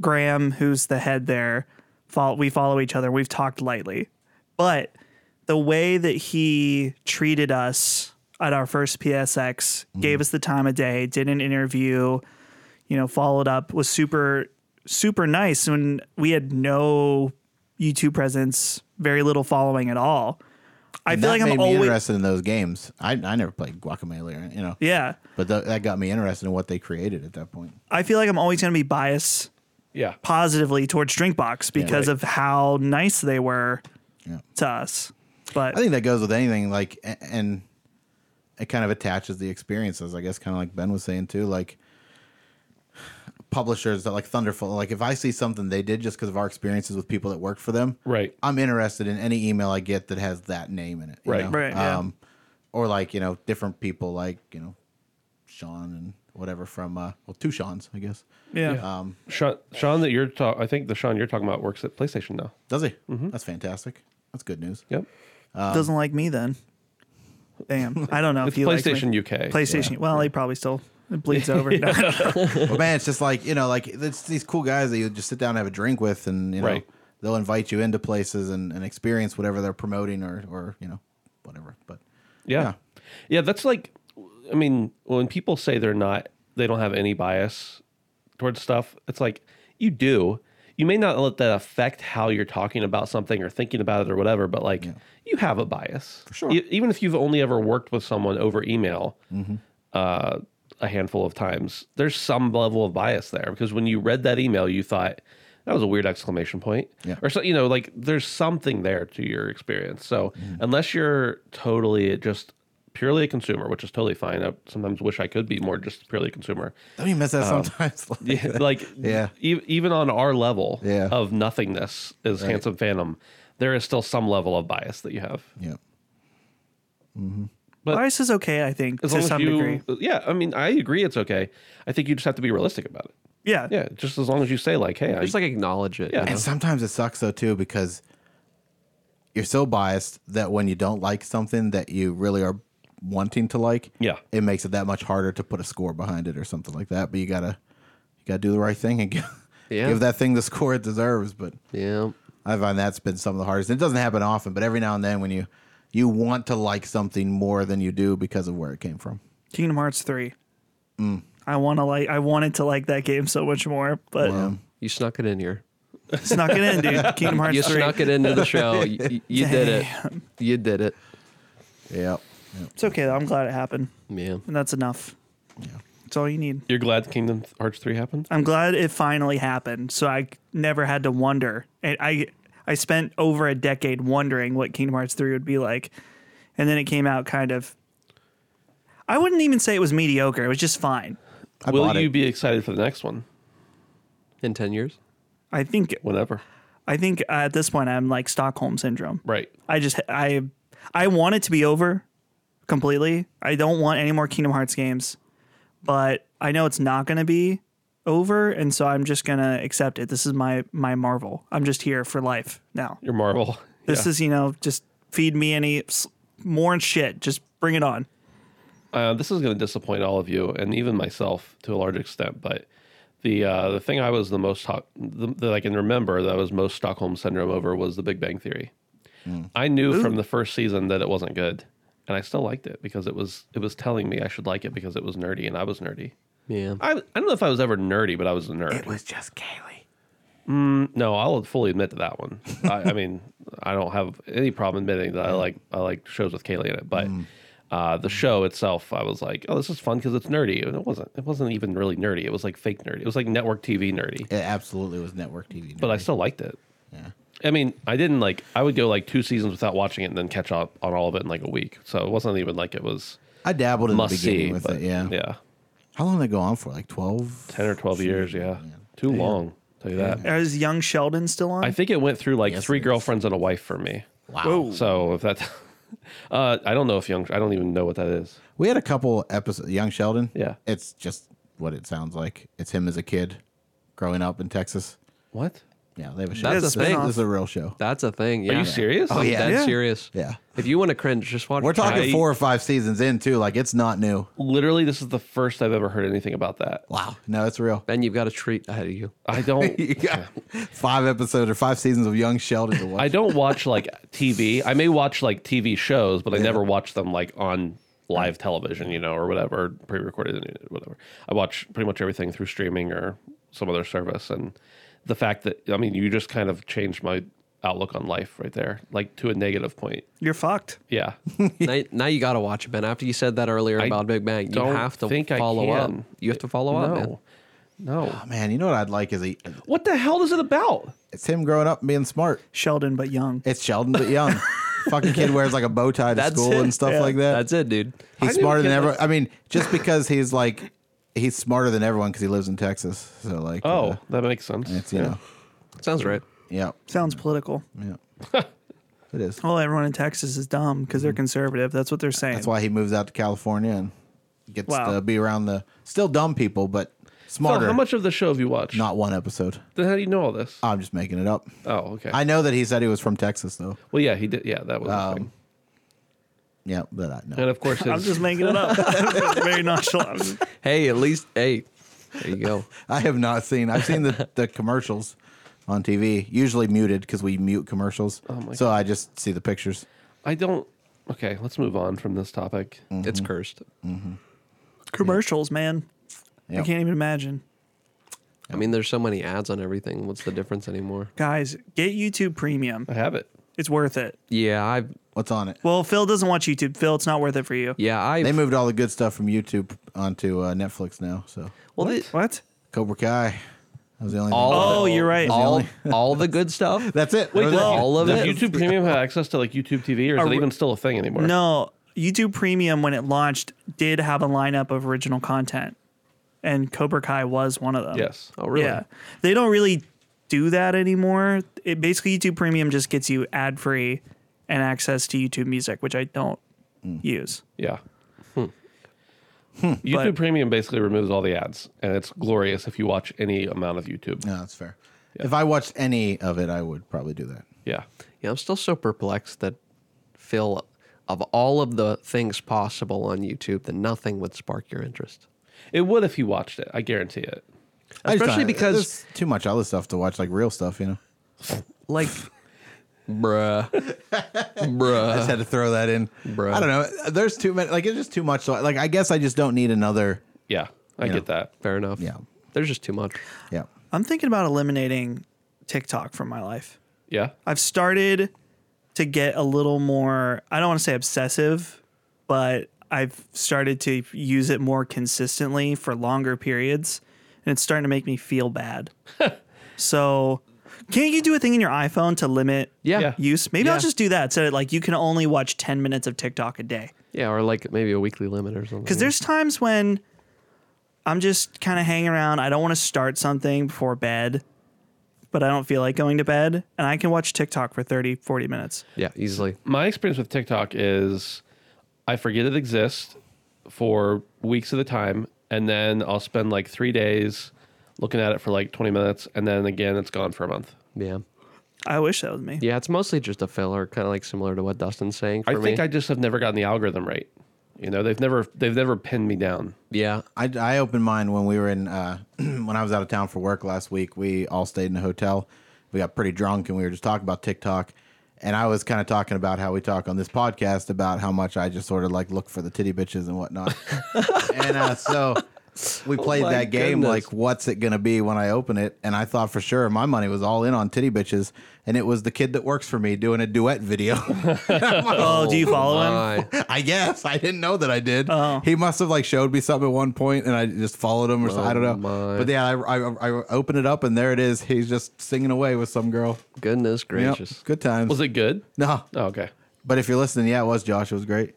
Graham, who's the head there, follow, we follow each other. We've talked lightly, but the way that he treated us at our first PSX, Mm-hmm. gave us the time of day, did an interview, you know, followed up, was super, super nice. When we had no YouTube presence, very little following at all. I that feel like made I'm me always interested in those games. I, I never played Guacamole, or, you know, yeah. but th- that got me interested in what they created at that point. I feel like I'm always going to be biased Yeah. positively towards Drinkbox because Right. of how nice they were Yeah. to us. But I think that goes with anything, like, a- and it kind of attaches the experiences, I guess, kind of like Ben was saying too, like publishers that like Thunderful, like if I see something they did just because of our experiences with people that work for them, Right. I'm interested in any email I get that has that name in it. you Right. know? Right, yeah. Um, or like, you know, different people like, you know, Sean and whatever from, uh, well, two Sean's, I guess. yeah. Um, Sean, Sean that you're talk I think the Sean you're talking about works at PlayStation now. Mm-hmm. does he? That's fantastic. That's good news. Yep. doesn't like me then. Damn, I don't know It's if you PlayStation UK. PlayStation. Well, he probably still [LAUGHS] it bleeds over. No. [LAUGHS] but man, it's just like you know, like it's these cool guys that you just sit down and have a drink with, and you know, Right. they'll invite you into places and, and experience whatever they're promoting or or you know, whatever. But Yeah. Yeah. yeah. that's like I mean, when people say they're not they don't have any bias towards stuff, it's like you do. You may not let that affect how you're talking about something or thinking about it or whatever, but like you have a bias. For sure. even if you've only ever worked with someone over email uh, a handful of times, there's some level of bias there because when you read that email, you thought that was a weird exclamation point. Yeah. Or so, you know, like there's something there to your experience. So Mm-hmm. unless you're totally just purely a consumer, which is totally fine. I sometimes wish I could be more just purely [LAUGHS] a consumer. don't you miss that sometimes? [LAUGHS] Like, Um, Yeah, like Yeah. e- even on our level Yeah. of nothingness is handsome phantom there is still some level of bias that you have yeah. But- Bias is okay, I think, as to long some as you degree. yeah i mean i agree it's okay i think you just have to be realistic about it Yeah. yeah just as long as you say like hey I, Just like acknowledge it. Yeah. And sometimes it sucks though too because you're so biased that when you don't like something that you really are wanting to like, Yeah. it makes it that much harder to put a score behind it or something like that. But you gotta you gotta do the right thing and [LAUGHS] give, Yeah. give that thing the score it deserves. But Yeah. I find that's been some of the hardest. It doesn't happen often, but every now and then when you you want to like something more than you do because of where it came from. Kingdom Hearts three. Mm. I want to like. I wanted to like that game so much more, but You snuck it in here. snuck it in, [LAUGHS] dude. Kingdom Hearts You three. snuck it into the show. You, you- you did it. You did it. Yeah. It's okay though. I'm glad it happened, Yeah. and that's enough. It's all you need. you're glad kingdom hearts 3 happened I'm glad it finally happened, so I never had to wonder. And I I spent over a decade wondering what Kingdom Hearts three would be like, and then it came out kind of. I wouldn't even say it was mediocre. It was just fine. I will bought you it. be excited for the next one In 10 years? I think. whenever I think at this point I'm like Stockholm syndrome. right I just I I want it to be over completely. I don't want any more Kingdom Hearts games, but I know it's not going to be over, and so I'm just going to accept it. This is my my Marvel. I'm just here for life now. your marvel This is you know just feed me any s- more shit. Just bring it on. [LAUGHS] uh, this is going to disappoint all of you and even myself to a large extent. But the uh, the thing I was the most ho- the, that I can remember that I was most Stockholm syndrome over was The Big Bang Theory. Hmm. I knew from the first season that it wasn't good, and I still liked it because it was it was telling me I should like it because it was nerdy and I was nerdy. Yeah. I, I don't know if I was ever nerdy, but I was a nerd. It was just Kaylee. No, I'll fully admit to that one. I, [LAUGHS] I mean, I don't have any problem admitting Mm. that I like I like shows with Kaylee in it, but uh, the show itself, I was like, oh, this is fun because it's nerdy, and it wasn't. It wasn't even really nerdy. It was like fake nerdy. It was like network TV nerdy, It absolutely was network TV. but I still liked it. I mean, I didn't like. I would go like two seasons without watching it, and then catch up on all of it in like a week. So it wasn't even like it was I dabbled in the must beginning see. with but it. Yeah. yeah, How long did it go on for? Like twelve? ten or twelve years. Yeah, too long. Tell you that. Is Young Sheldon still on? I think it went through like Yes, three it is. girlfriends and a wife for me. Wow. So if that, [LAUGHS] uh, I don't know if young, I don't even know what that is. We had a couple episodes. Young Sheldon. Yeah. It's just what it sounds like. It's him as a kid, growing up in Texas. What? Yeah, they have a show. That's this, a spinoff. this is a real show. That's a thing. Yeah. Are you serious? Oh, Oh, yeah. yeah. That's Yeah. serious. Yeah. If you want to cringe, just watch We're talking Kyle. four or five seasons in too. Like it's not new. Literally, this is the first I've ever heard anything about that. Wow. No, it's real. Then you've got a treat ahead of [LAUGHS] you. I don't. You got five episodes or five seasons of Young Sheldon to watch. I don't watch like TV. I may watch like TV shows, but I never watch them like on live television, you know, or whatever, pre-recorded, whatever. I watch pretty much everything through streaming or some other service. And the fact that I mean, you just kind of changed my outlook on life right there, like to a negative point. You're fucked. [LAUGHS] Yeah. now, now you got to watch it, Ben. After you said that earlier about Big Bang, you don't have to think I follow up. can. You have to follow up, man. no. No. Man, you know what I'd like is a, What the hell is it about? it's him growing up and being smart. Sheldon, but young. It's Sheldon but young. Fucking kid wears like a bow tie to That's school it. and stuff Yeah. like that. That's it, dude. he's didn't smarter than get everyone. I mean, just because he's like he's smarter than everyone because he lives in Texas. So like, Oh, uh, that makes sense. it's you know, Sounds right. yeah, Sounds political. yeah, it is. Well, everyone in Texas is dumb because they're conservative. That's what they're saying. Mm-hmm. That's why he moves out to California and gets Wow. to be around the still dumb people, but So smarter. how much of the show have you watched? Not Uh, one episode. Then how do you know all this? I'm just making it up. oh, okay. I know that he said he was from Texas though. well, yeah, he did. Yeah, that was. a thing. Yeah, but I know. And of course, I'm his, just making it [LAUGHS] up. [LAUGHS] Very nonchalant. Hey, at least hey, there you [LAUGHS] go. I have not seen. I've seen the, [LAUGHS] the commercials on TV, usually muted because we mute commercials. my so I just see the pictures. I don't. Okay, let's move on from this topic. It's cursed. Commercials, man. Yep. I can't even imagine. I mean, there's so many ads on everything. What's the difference anymore? Guys, get YouTube Premium. I have it. It's worth it. Yeah, I What's on it? Well, Phil doesn't watch YouTube. Phil, it's not worth it for you. yeah I They moved all the good stuff from YouTube onto uh, Netflix now. So well the- What? Cobra Kai. That was the only. all thing. Oh, you're right. all only- [LAUGHS] all the good stuff. That's it. Wait, That was no. it. All of Does it? YouTube Premium have access to like YouTube TV, or is Are it we- even still a thing anymore? No, YouTube Premium when it launched did have a lineup of original content, and Cobra Kai was one of them. Yes. Oh really? Yeah, they don't really do that anymore. It basically YouTube Premium just gets you ad free and access to YouTube Music, which I don't Hmm. use. Yeah. Hmm. YouTube But- Premium basically removes all the ads, and it's glorious if you watch any amount of YouTube. No, that's fair. If I watched any of it, I would probably do that. Yeah. Yeah, I'm still so perplexed that Phil, of all of the things possible on YouTube, that nothing would spark your interest. It would if you watched it. I guarantee it. I just Especially don't- because- there's too much other stuff to watch, like real stuff. You know, [LAUGHS] Like, bruh, bruh. [LAUGHS] I just had to throw that in. Bruh. I don't know. There's too many. Like it's just too much. Like I guess I just don't need another. Yeah, I Yeah. get that. Fair enough. Yeah. There's just too much. Yeah. I'm thinking about eliminating TikTok from my life. Yeah. I've started to get a little more, I don't want to say obsessive, but I've started to use it more consistently for longer periods. And it's starting to make me feel [LAUGHS] bad. so, can't you do a thing in your iPhone to limit Yeah. Yeah. yeah. use? Maybe I'll Yeah. just do that. So, like, you can only watch 10 minutes of TikTok a day. or like maybe a weekly limit or something. Because there's times when I'm just kind of hanging around. I don't want to start something before bed, but I don't feel like going to bed. And I can watch TikTok for 30, 40 minutes. yeah, easily. My experience with TikTok is I forget it exists for weeks at a time, and then I'll spend like three days looking at it for like 20 minutes, and then again, it's gone for a month. Yeah. I wish that was me. Yeah, it's mostly just a filler, kind of like similar to what Dustin's saying. For I me. think I just have never gotten the algorithm right. You know, they've never they've never pinned me down. Yeah. I, I opened mine when we were in uh, [CLEARS THROAT] when I was out of town for work last week. We all stayed in a hotel. We got pretty drunk and we were just talking about TikTok. And I was kind of talking about how we talk on this podcast about how much I just sort of like look for the titty bitches [LAUGHS] and whatnot. and uh, so we played Oh my that game goodness. like what's it gonna be when I open it? And I thought for sure my money was all in on titty bitches, and it was the kid that works for me doing a duet video. [LAUGHS] Oh, do you follow him? My. I guess I didn't know that I did. He must have like showed me something at one point, and I just followed him or something. I don't know. Oh my. But yeah, I, I, I opened it up, and there it is. He's just singing away with some girl. Goodness Yep. gracious. Good times. Was it good? no, Oh, okay. [LAUGHS] but if you're listening, yeah, it was Josh. It was great.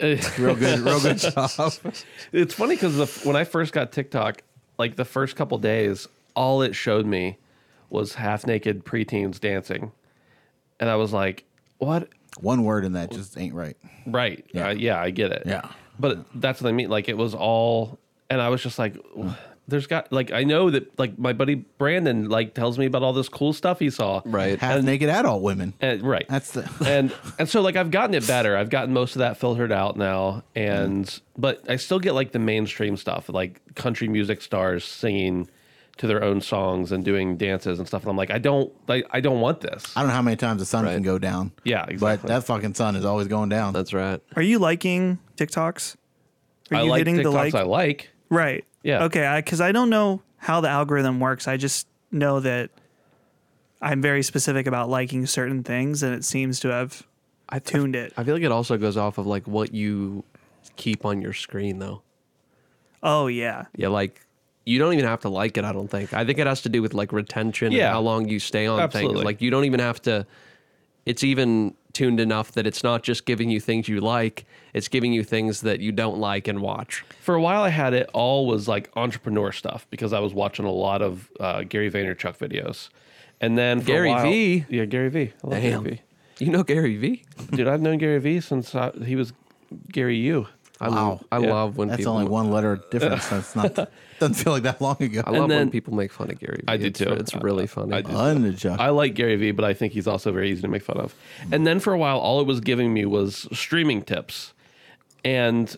Real good, [LAUGHS] real good stuff. It's funny because when I first got TikTok, like the first couple days, all it showed me was half naked preteens dancing, and I was like, "What? One word in that just ain't right. Right? Yeah, yeah I get it. Yeah. But that's what I mean. Like it was all, and I was just like, "There's got like I know that like my buddy Brandon like tells me about all this cool stuff he saw. Right. Half naked adult women. And, right. That's the. [LAUGHS] and and so like I've gotten it better. I've gotten most of that filtered out now, and but I still get like the mainstream stuff, like country music stars singing to their own songs and doing dances and stuff. And I'm like, I don't, like, I don't want this. I don't know how many times the sun can go down. Yeah, But exactly. that fucking sun is always going down. That's right. Are you liking TikToks? Are I you like hitting TikToks the like? I like. Right. Yeah. Okay. Because I, don't know how the algorithm works. I just know that I'm very specific about liking certain things, and it seems to have I tuned it. I feel like it also goes off of like what you keep on your screen though. oh yeah. Yeah, like you don't even have to like it, I don't think. I think it has to do with like retention Yeah. and how long you stay on Absolutely. things. Like you don't even have to it's even tuned enough that it's not just giving you things you like, it's giving you things that you don't like and watch. For a while, I had it all was like entrepreneur stuff because I was watching a lot of uh, Gary Vaynerchuk videos, and then for a Gary while- V? Yeah, Gary V. I love Damn. Gary You know Gary Vee? V. Dude, I've known uh, Gary V since I, he was Gary U. I Wow. love, I Yeah. love when That's people only [LAUGHS] one letter difference. That's not doesn't feel like that long ago. I love when then- people make fun of Gary. Vee. I do It's- too. It's really funny. I do. Unadjust- I like Gary Vee, but I think he's also very easy to make fun of. And then for a while, all it was giving me was streaming tips. And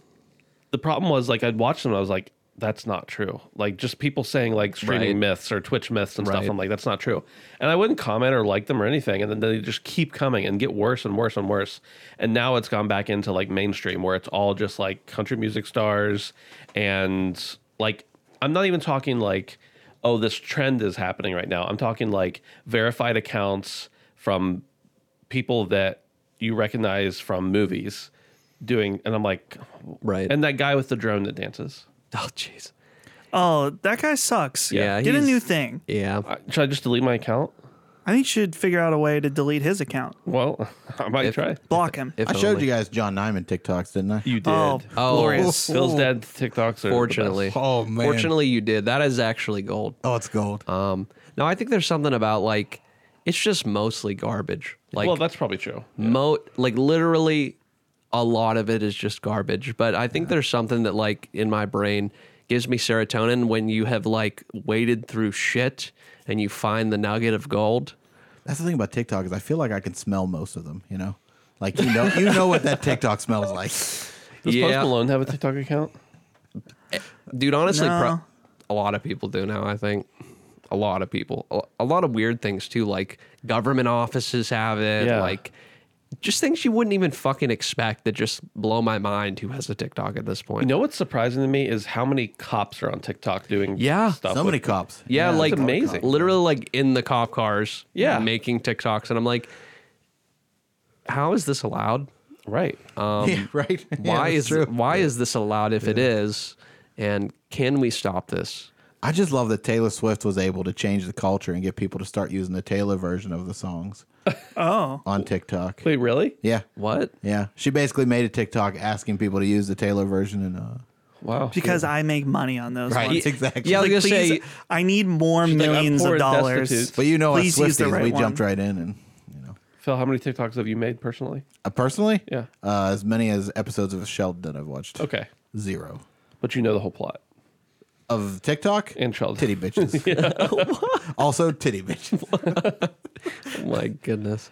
the problem was, like, I'd watch them, I was like, that's not true. Like, just people saying, like, streaming Right. myths or Twitch myths and Right. stuff. I'm like, that's not true. And I wouldn't comment or like them or anything. And then they just keep coming and get worse and worse and worse. And now it's gone back into, like, mainstream where it's all just, like, country music stars. And, like, I'm not even talking, like, oh, this trend is happening right now. I'm talking like verified accounts from people that you recognize from movies doing, and I'm like, Right. And that guy with the drone that dances. oh, jeez. Oh, that guy sucks. Yeah, Get a he's- new thing. Yeah. Uh, Should I just delete my account? I think you should figure out a way to delete his account. Well, [LAUGHS] I might If- try. Block him. If I showed only. you guys John Nyman TikToks, didn't I? You did. oh, Oh. [LAUGHS] glorious. Phil's dad TikToks are Fortunately. [LAUGHS] Oh, man. Fortunately, you did. That is actually gold. oh, it's gold. Um, no, I think there's something about like it's just mostly garbage. Like well, that's probably true. mo like literally a lot of it is just garbage. But I think there's something that like in my brain gives me serotonin when you have like waded through shit and you find the nugget of gold. That's the thing about TikTok is I feel like I can smell most of them. You know, like you know, you know what that TikTok smells like. Does Post Yeah. Malone have a TikTok account? Dude, honestly, No. pro- a lot of people do now, I think. A lot of people. A- A lot of weird things too, like government offices have it, Yeah. like just things you wouldn't even fucking expect that just blow my mind who has a TikTok at this point. [LAUGHS] You know what's surprising to me is how many cops are on TikTok doing Yeah. stuff. So with- many cops. Yeah, like it's amazing. Literally, like in the cop cars. Yeah. making TikToks, and I'm like, how is this allowed? right. [LAUGHS] Yeah, right. Yeah, Why that's is why is this allowed if it is? And can we stop this? I just love that Taylor Swift was able to change the culture and get people to start using the Taylor version of the songs Oh, on TikTok. Wait, really? Yeah, What? yeah. She basically made a TikTok asking people to use the Taylor version and uh, Wow. because I make money on those. Right. ones. Exactly. Yeah, I was Like, gonna please, say. I need more like, I'm millions poor of and dollars. destitute. But you know, us Please use the Swifties, right we one. jumped right in and you know. Phil, how many TikToks have you made personally? Uh, personally, Yeah. uh, as many as episodes of Sheldon that I've watched. Okay. zero But you know the whole plot. of TikTok And Sheldon. titty bitches. [LAUGHS] also titty bitches. Oh my goodness.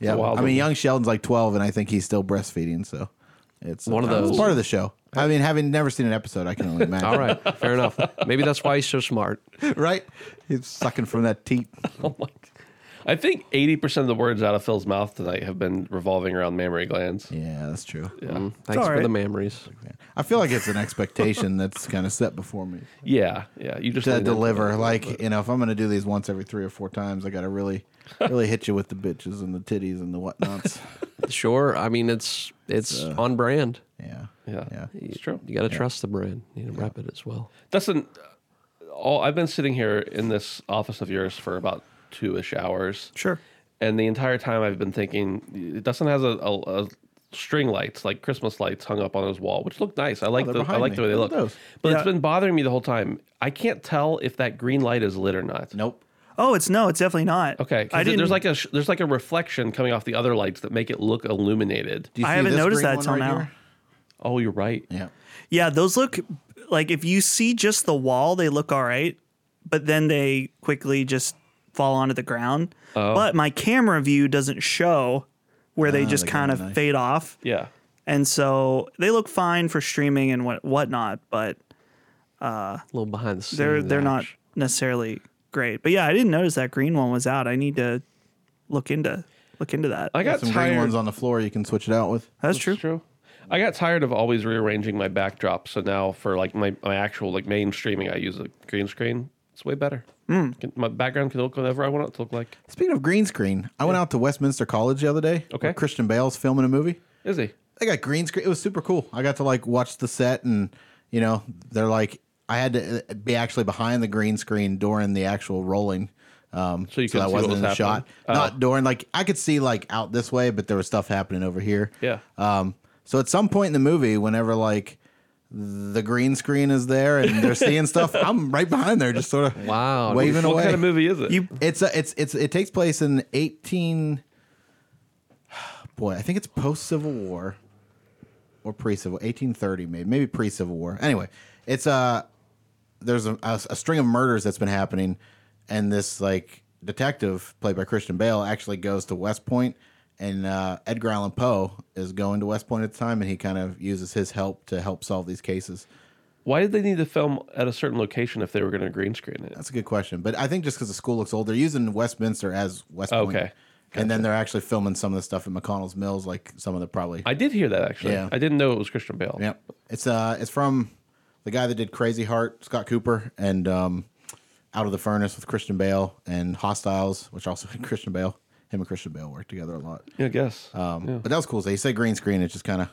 Yeah, wild I mean, one. young Sheldon's like twelve, and I think he's still breastfeeding. So it's One of uh, it's those- part of the show. I mean, having never seen an episode, I can only imagine. All right, fair enough. Maybe that's why he's so smart. [LAUGHS] right? He's sucking from that teat. Oh my. I think eighty percent of the words out of Phil's mouth tonight have been revolving around mammary glands. Yeah, that's true. Mm, Thanks all for right. the memories. I feel like it's an expectation that's kind of set before me Yeah, yeah. You just to leaned into deliver. it. Like, you know, if I'm going to do these once every three or four times, I got to really, really hit you with the bitches and the titties and the whatnots. Sure. I mean, it's it's on brand. yeah. yeah, Yeah. it's true. You got to trust the brand. You need to rep it as well. Dustin, all I've been sitting here in this office of yours for about two ish hours, Sure. and the entire time I've been thinking, Dustin has a, a, a string lights like Christmas lights hung up on his wall, which look nice. I like Oh, they're the I behind like me. the way they Look look. at those. But Yeah. it's been bothering me the whole time. I can't tell if that green light is lit or not. Nope. Oh, it's no, it's definitely not. Okay, I 'cause didn't. there's like a sh- there's like a reflection coming off the other lights that make it look illuminated. Do you I see haven't this noticed green that one till now. Oh, you're right. Yeah. yeah, those look like if you see just the wall, they look all right, but then they quickly just fall onto the ground. Oh. But my camera view doesn't show where they just they kind of kinda Ah, nice. fade off. Yeah. And so they look fine for streaming and what whatnot, but A little behind the scenes. they're they're not action. necessarily great. But yeah, I didn't notice that green one was out. I need to look into look into that. I got Some tired. green ones on the floor you can switch it out with. That's true. It's true. I got tired of always rearranging my backdrop, so now for like my, my actual like main streaming, I use a green screen. It's way better. Hmm. Can- my background can look whatever I want it to look like. Speaking of green screen, I went out to Westminster College the other day. Okay. where Christian Bale's filming a movie. Is he? They got green screen. It was super cool. I got to like watch the set, and you know, they're like, I had to uh, be actually behind the green screen during the actual rolling. Um, So you couldn't I see what wasn't was in the happening? Oh. shot. Not during like I could see like out this way, but there was stuff happening over here. Yeah. Um, so at some point in the movie, whenever like the green screen is there and they're seeing [LAUGHS] stuff, I'm right behind there, just sort of Wow. waving Oh, What away. kind of movie is it? You It's a, it's it's it takes place in [SIGHS] eighteen. Boy, I think it's post Civil War, or pre Civil 1830 maybe maybe pre Civil War. Anyway, it's uh there's a, a, a string of murders that's been happening, and this like detective played by Christian Bale actually goes to West Point, and uh, Edgar Allan Poe is going to West Point at the time, and he kind of uses his help to help solve these cases. Why did they need to film at a certain location if they were going to green screen it? That's a good question, but I think just because the school looks old, they're using Westminster as West Point. Okay. And then they're actually filming some of the stuff at McConnell's Mills, like some of the probably I did hear that actually. Yeah. I didn't know it was Christian Bale. Yep. It's uh it's from the guy that did Crazy Heart, Scott Cooper, and um Out of the Furnace with Christian Bale and Hostiles, which also [LAUGHS] had Christian Bale. Him and Christian Bale worked together a lot. Yeah, I guess. Um, But that was cool. So he said green screen. It just kind of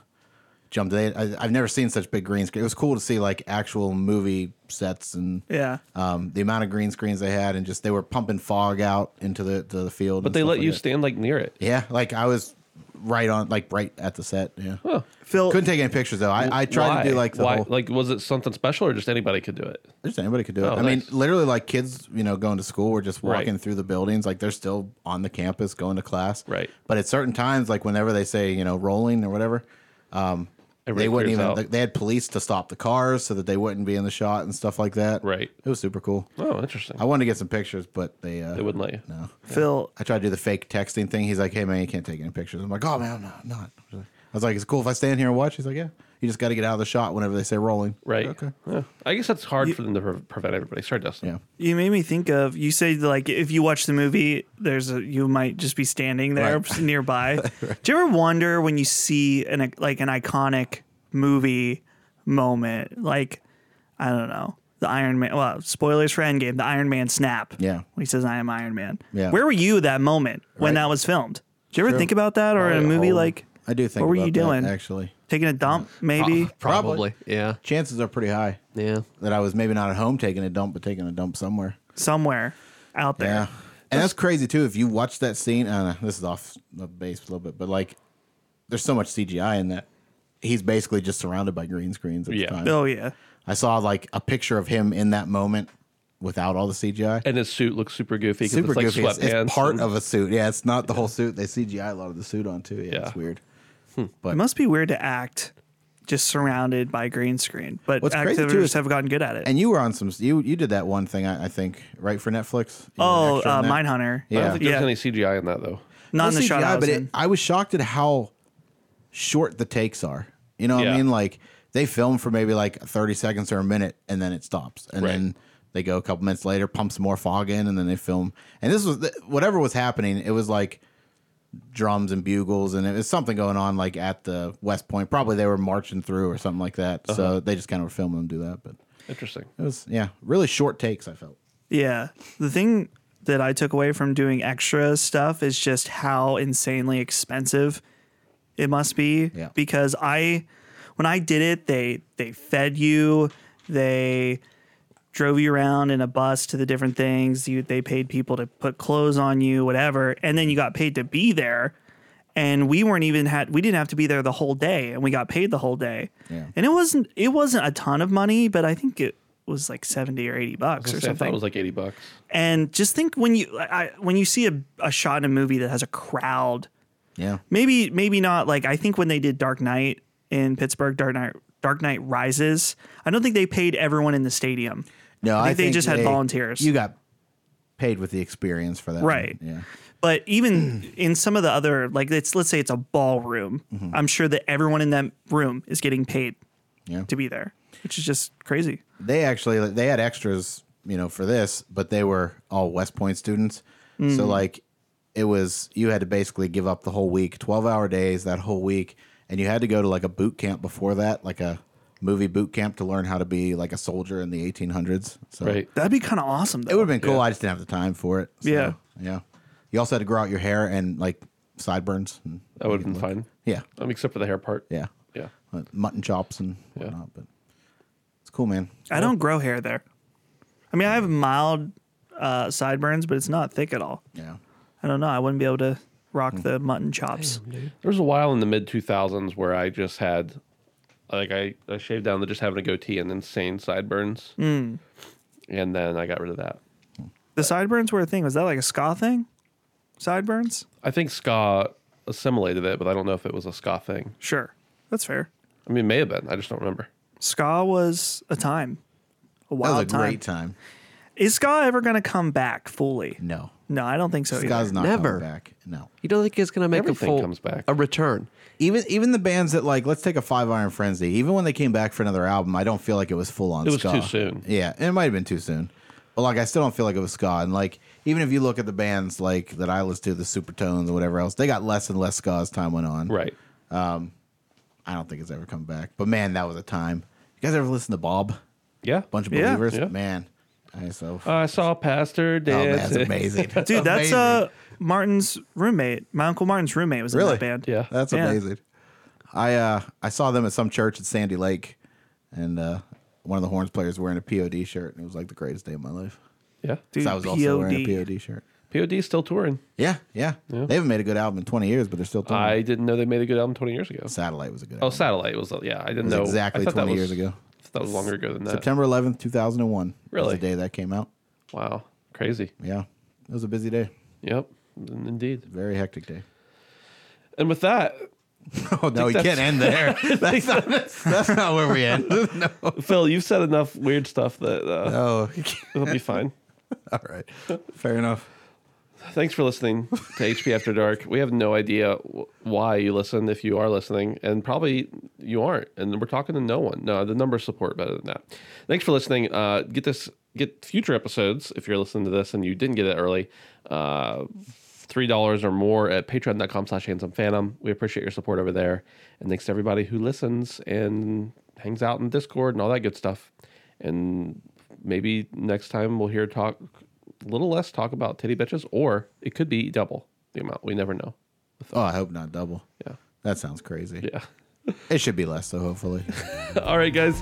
jumped. They, I, I've never seen such big green screen. It was cool to see like actual movie sets and Yeah. um, the amount of green screens they had, and just they were pumping fog out into the to the field. but they let you stand like near it. Yeah, like I was right on, like right at the set. Yeah, Phil, couldn't take any pictures though. I, I tried Why? to do like the Why? whole. like was it something special or just anybody could do it? Just anybody could do it. Oh, I nice. mean, literally, like kids, you know, going to school or just Right. walking through the buildings. Like they're still on the campus going to class. Right. But at certain times, like whenever they say, you know, rolling or whatever, um, Everybody they wouldn't clears even. out. Like, they had police to stop the cars so that they wouldn't be in the shot and stuff like that. Right. It was super cool. Oh, interesting. I wanted to get some pictures, but they uh, they wouldn't let you. No. Phil, I tried to do the fake texting thing. He's like, "Hey man, you can't take any pictures." I'm like, "Oh man, I'm not." I'm not. I was like, "It's cool if I stand here and watch." He's like, "Yeah, you just got to get out of the shot whenever they say rolling." Right. Okay. Yeah. I guess that's hard for them to pre- prevent everybody. Sorry, Dustin. Yeah. you made me think of you say like if you watch the movie, there's a you might just be standing there Right. [LAUGHS] [LAUGHS] nearby. Do you ever wonder when you see an like an iconic movie moment, like I don't know, the Iron Man. Well, spoilers for Endgame, the Iron Man snap. Yeah. when he says, "I am Iron Man." Yeah. where were you at that moment when Right. that was filmed? Did you ever think about that, or in a Probably at movie home. like I Oh. do think. What were about you that, doing? actually, taking a dump? Maybe. Probably. probably. Yeah. chances are pretty high Yeah. that I was maybe not at home taking a dump, but taking a dump somewhere. somewhere out there. Yeah. And that's crazy too. If you watch that scene, I don't know, this is off the base a little bit, but like, there's so much CGI in that. He's basically just surrounded by green screens at Yeah. the time. Oh yeah. I saw like a picture of him in that moment without all the CGI. And his suit looks super goofy because super it's like goofy. It's, sweatpants. it's part and- of a suit. Yeah, it's not the whole suit. They CGI a lot of the suit on too. Yeah, Yeah. it's weird. It must be weird to act just surrounded by green screen, but What's crazy, too, actors is- have gotten good at it. And you were on some. You you did that one thing I, I think right for Netflix. You were an oh, extra uh, in that. Mindhunter. I Yeah. don't think there's Yeah. any CGI in that though. Not in No the shot I CGI, was but it, in. I was shocked at how short the takes are. You know what Yeah. I mean? Like they film for maybe like thirty seconds or a minute, and then it stops, and Right. then they go a couple minutes later, pump some more fog in, and then they film. And this was whatever was happening. It was like drums and bugles, and it was something going on like at the West Point. Probably they were marching through or something like that. Uh-huh. So they just kind of were filming them do that. But Interesting. it was yeah, really short takes. I felt. Yeah. The thing that I took away from doing extra stuff is just how insanely expensive it must be. Yeah. Because I when I did it, they they fed you, they drove you around in a bus to the different things. You they paid people to put clothes on you, whatever, and then you got paid to be there. And we weren't even had we didn't have to be there the whole day, and we got paid the whole day. Yeah. And it wasn't it wasn't a ton of money, but I think it was like seventy or eighty bucks or I thought something it was like 80 bucks. and just think when you I, when you see a, a shot in a movie that has a crowd Yeah, maybe maybe not like i think when they did dark knight in pittsburgh dark knight dark knight rises i don't think they paid everyone in the stadium no, I think they just had volunteers. You got paid with the experience for that, one. Right. Yeah. but [CLEARS THROAT] even in some of the other like it's let's say it's a ballroom Mm-hmm. i'm sure that everyone in that room is getting paid Yeah. to be there which is just crazy they actually they had extras you know for this but they were all west point students so like it was you had to basically give up the whole week 12 hour days that whole week and you had to go to like a boot camp before that like a movie boot camp to learn how to be like a soldier in the 1800s so Right. that'd be kind of awesome though it would have been cool i just didn't have the time for it So, Yeah. yeah you also had to grow out your hair and like sideburns and, That would have been fine. yeah Um, except for the hair part. yeah Yeah. Like mutton chops and whatnot but it's cool man i don't grow hair there i mean i have mild uh, sideburns but it's not thick at all yeah I don't know. I wouldn't be able to Hmm. rock the mutton chops. There was a while in the mid 2000s where I just had, like, I, I shaved down to just having a goatee and insane sideburns. And then I got rid of that. The sideburns were a thing. Was that like a ska thing? Sideburns? I think ska assimilated it, but I don't know if it was a ska thing. Sure. That's fair. I mean, it may have been. I just don't remember. Ska was a time, a That was wild a time. great time. Is ska ever going to come back fully? No, No, I don't think so. Sky's either. not Never. coming back. No, You don't think it's gonna make Everything a full comes back. a return? even even the bands that like let's take a Five Iron Frenzy. Even when they came back for another album, I don't feel like it was full on. It was ska. too soon. Yeah, and it might have been too soon. But like, I still don't feel like it was ska. And like, even if you look at the bands like that I listen to, the Supertones or whatever else, they got less and less ska as time went on. Right. I don't think it's ever come back. But man, that was a time. You guys ever listen to Bob? Yeah. Bunch of Yeah. believers. Yeah. Uh, Man, I so. I saw Pastor oh, man, that's dance. amazing, Dude, that's Amazing. uh Martin's roommate. My uncle Martin's roommate was in Really? that band. Yeah. That's Yeah. amazing. I uh I saw them at some church at Sandy Lake, and uh, one of the horns players wearing a POD shirt, and it was like the greatest day of my life. [LAUGHS] yeah. 'Cause Dude, I was POD. also wearing a POD shirt. POD's still touring. Yeah, yeah, They haven't made a good album in 20 years, but they're still. Touring. I didn't know they made a good album 20 years ago. Satellite was a good. Oh, album. Satellite was, yeah, I didn't was know. exactly I thought that 20 years was- ago. That was longer ago than that. September 11th, 2001. was uh, Really? the day that came out. Wow. Crazy. Yeah, it was a busy day, Yep. Indeed. very hectic [LAUGHS] day. And with that, Oh no, you can't end [LAUGHS] there. That's not, [LAUGHS] that's not where we end. No. Phil, you've said enough weird stuff that uh, Oh, [LAUGHS] it'll be fine. all right, fair enough. Thanks for listening to HP After Dark. We have no idea wh- why you listen if you are listening, and probably you aren't. And we're talking to no one. No, the numbers support better than that. Thanks for listening. Uh, get this, get future episodes if you're listening to this and you didn't get it early. Uh, Three dollars or more at Patreon.com/slash Handsome Phantom. We appreciate your support over there, and thanks to everybody who listens and hangs out in Discord and all that good stuff. And maybe next time we'll hear talk a little less talk about titty bitches, or it could be double the amount. We never know. Oh, I hope not double. Yeah. That sounds crazy. Yeah. [LAUGHS] It should be less, though, hopefully. All right, guys.